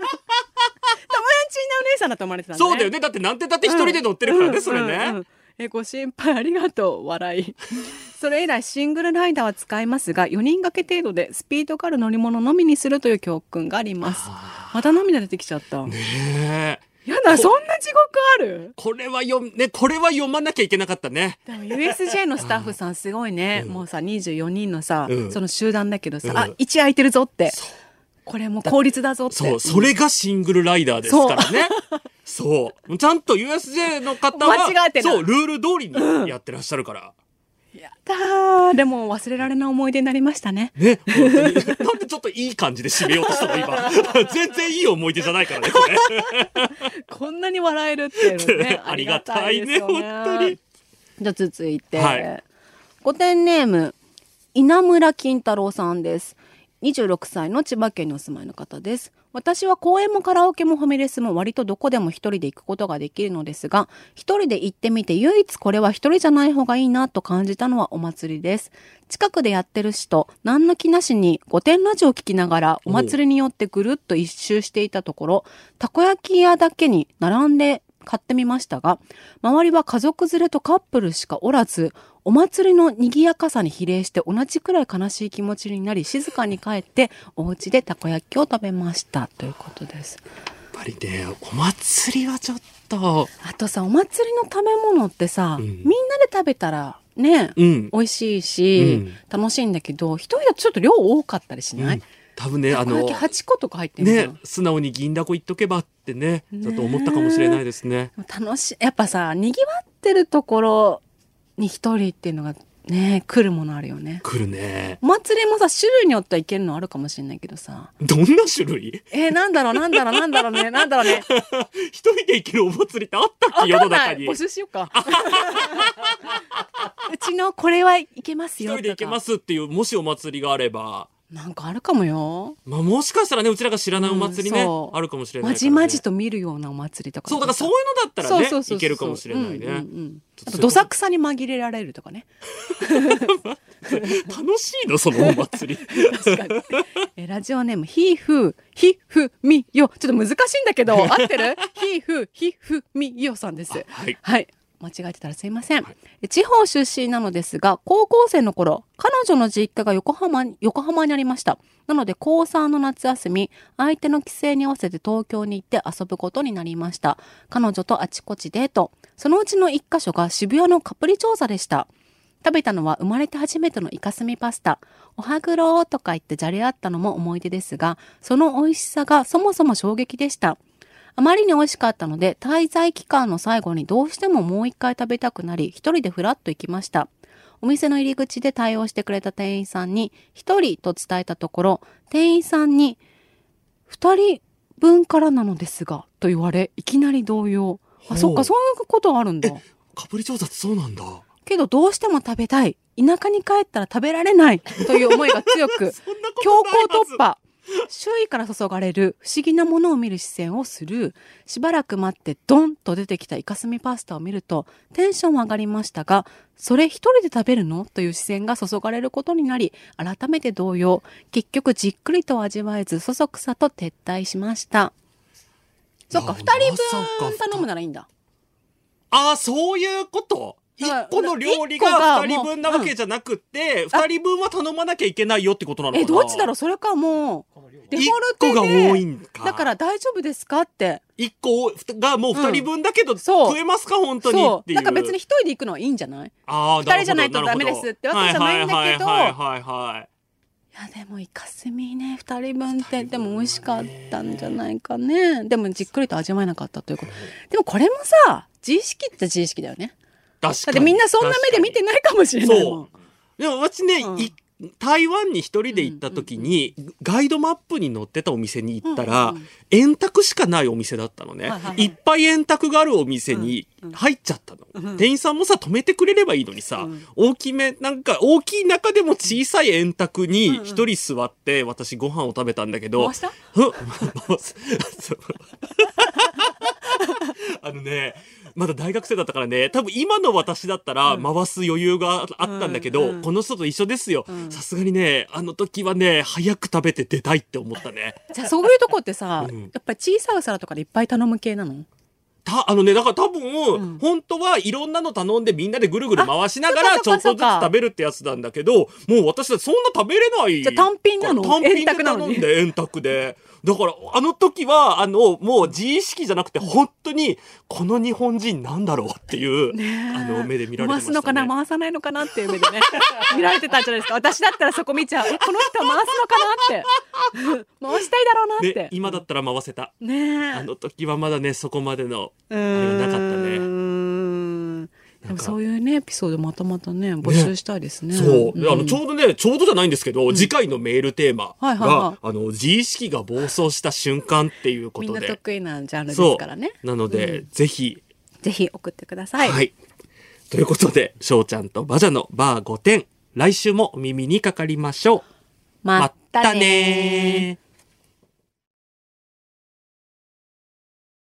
姉さんだと思われてたん
そうだよねだってなんてだって一人で乗ってるからね、それね、
うんうんえご心配ありがとう笑い それ以来シングルライダーは使いますが4人掛け程度でスピードがある乗り物のみにするという教訓がありますまた涙出てきちゃった、
ねえ
やだそんな地獄ある
これは読んねこれは読まなきゃいけなかったね
でも USJ のスタッフさんすごいね、もうさ24人のさ、
うん
その集団だけどさ、
うん
あ1空いてるぞってこれもう効率だぞって
そう、それがシングルライダーですからね。そう。ちゃんと USJ の方は、
間違えてない
そう、ルール通りにやってらっしゃるから。
やったーでも忘れられない思い出になりましたね
ね、本当になんでちょっといい感じで締めようとしたの 今。全然いい思い出じゃないからね、これ。
こんなに笑えるっていうのね
ありがたいね、本当に。
じゃあ続いて、
はい
御殿ネーム稲村金太郎さんです26歳の千葉県にお住まいの方です私は公園もカラオケもファミレスも割とどこでも一人で行くことができるのですが一人で行ってみて唯一これは一人じゃない方がいいなと感じたのはお祭りです近くでやってるしと何の気なしに御殿ラジオを聞きながらお祭りによってぐるっと一周していたところたこ焼き屋だけに並んで買ってみましたが周りは家族連れとカップルしかおらずお祭りの賑やかさに比例して同じくらい悲しい気持ちになり静かに帰ってお家でたこ焼きを食べましたということです
やっぱりね、お祭りはちょっと、
あとさお祭りの食べ物ってさ、
うん
みんなで食べたらね、
うん。
美味しいし、楽しいんだけど一人だとちょっと量多かったりしない、
うん多分ね、あ
たこ焼
の
き、8個とか入ってるのか
ね
な、
素直に銀だこ言っとけばってね、
ね
ちょっと思ったかもしれないですね。
楽しいやっぱさにぎわってるところに一人っていうのがね来るものあるよね
来るね。
お祭りもさ種類によってはいけるのあるかもしれないけどさ
どんな種類
えー、なんだろうなんだろうなんだろう ねなんだろうね
一人で生きるお祭りってあったっ
わ
け世
か
の
んな
中
い
に。
募集しようか うちのこれはいけます
一
よと
人
か
で行けますっていうもしお祭りがあれば、
なんかあるかもよ
まあ、もしかしたらねうちらが知らないお祭りね、
うんそう
あるかもしれない
ま
から、ね、
じまじと見るようなお祭りとか
そうだからそういうのだった
そ
ら
う
ね
そうそうそう
いけるかもしれないね、
うんうんうん
ちょっ
あ
と
と
そういうこと
どさくさに紛れられるとかね
楽しいのそのお祭り
確かに えラジオネームひふひふみよちょっと難しいん だけど合ってるひふひふみよさんです
はい
はい。間違えてたらすいません。え地方出身なのですが、高校生の頃、彼女の実家が横浜に、横浜にありました。なので、高3の夏休み、相手の帰省に合わせて東京に行って遊ぶことになりました。彼女とあちこちデート。そのうちの一箇所が渋谷のカプリ調査でした。食べたのは生まれて初めてのイカスミパスタ。おはぐろーとか言ってじゃれ合ったのも思い出ですが、その美味しさがそもそも衝撃でした。あまりに美味しかったので、滞在期間の最後にどうしてももう一回食べたくなり、一人でふらっと行きました。お店の入り口で対応してくれた店員さんに、一人と伝えたところ、店員さんに、二人分からなのですが、と言われ、いきなり動揺。
ほう
あ、そっか、そういうことあるんだ。
カプリ調査ってそうなんだ
けどどうしても食べたい。田舎に帰ったら食べられないという思いが強 く、
そんなこと
強
ないは
行
ず
突破。周囲から注がれる不思議なものを見る視線をスルー。しばらく待ってドンと出てきたイカスミパスタを見るとテンションは上がりましたが、それ一人で食べるのという視線が注がれることになり、改めて同様。結局じっくりとは味わえず、そそくさと撤退しました。そっか、
いや
二人
まさ
分
か
頼むならいいんだ。
ああそういうこと一
だから
個の料理
一個
が
が
二人分なわけじゃなくて二人分は頼まなきゃいけないよってことなのかな
え、どっちだろうそれかもう、デフォ
一
ル
個
テ
が
で
多いんか
だから大丈夫ですかって。
一個がもう二人分だけど、
そう
食えますか本当に
そ
って
う。
いう
だから別に一人で行くのはいいんじゃない
あー
二人じゃないと
るほど
ダメですって
るほ
わけじゃないんだけど
はいはいはいはいはい
いや、でもイカスミね、二人分って、でも美味しかったんじゃないかね。でもじっくりと味わえなかったということ。でもこれもさ、自意識って自意識だよね。
確か
だっ
に
てみんなそんな目で見てないかもしれないもん。
でも私ね、
うん
い台湾に一人で行った時に、ガイドマップに載ってたお店に行ったら、
うんうん
円卓しかないお店だったのね、
はい
い
はいはい
っぱい円卓があるお店に入っちゃったの、店員さんもさ止めてくれればいいのにさ、大きめなんか大きい中でも小さい円卓に一人座って私ご飯を食べたんだけど、
回した
ふん回すそうあのねまだ大学生だったからね多分今の私だったら回す余裕があったんだけど、
うんうん
この人と一緒ですよさすがにねあの時はね早く食べて出たいって思ったね
じゃあそういうとこってさ、
うん
やっぱり小さいお皿とかでいっぱい頼む系なの
た、あのね、だから多分、
うん
本当はいろんなの頼んでみんなでぐるぐる回しながら
あ
ちょっとず
そう
つ
かそうか
食べるってやつなんだけど、もう私たちそんな食べれない。
じゃあ単品なの
単品で
円卓なの
頼
に
んで、円卓で。だから、あの時は、あの、もう自意識じゃなくて、本当に、この日本人なんだろうっていう、あの、目で見られてま
回
し
す
た、ね。
のかな回さないのかなっていう目でね 見られてたんじゃないですか私だったらそこ見ちゃうえこの人は回すのかなって 回したいだろうなって
で、今だったら回せた。
ねえ
あの時はまだね、そこまでの、
うー
あ
ん
れはなかったね
うーん
でもそういうねエピソードまたまたね募集したいですね
そう、
ん
あのちょうどねちょうどじゃないんですけど、次回のメールテーマが、
はいはいはい
あの自意識が暴走した瞬間っていうこ
み
と
んな
で
得意なジャンルですからね
そうなので、ぜひ
ぜひ送ってくださ、
はいい、ということで翔ちゃんとバジャのバー5点来週もお耳にかかりましょう
まったね
まったねー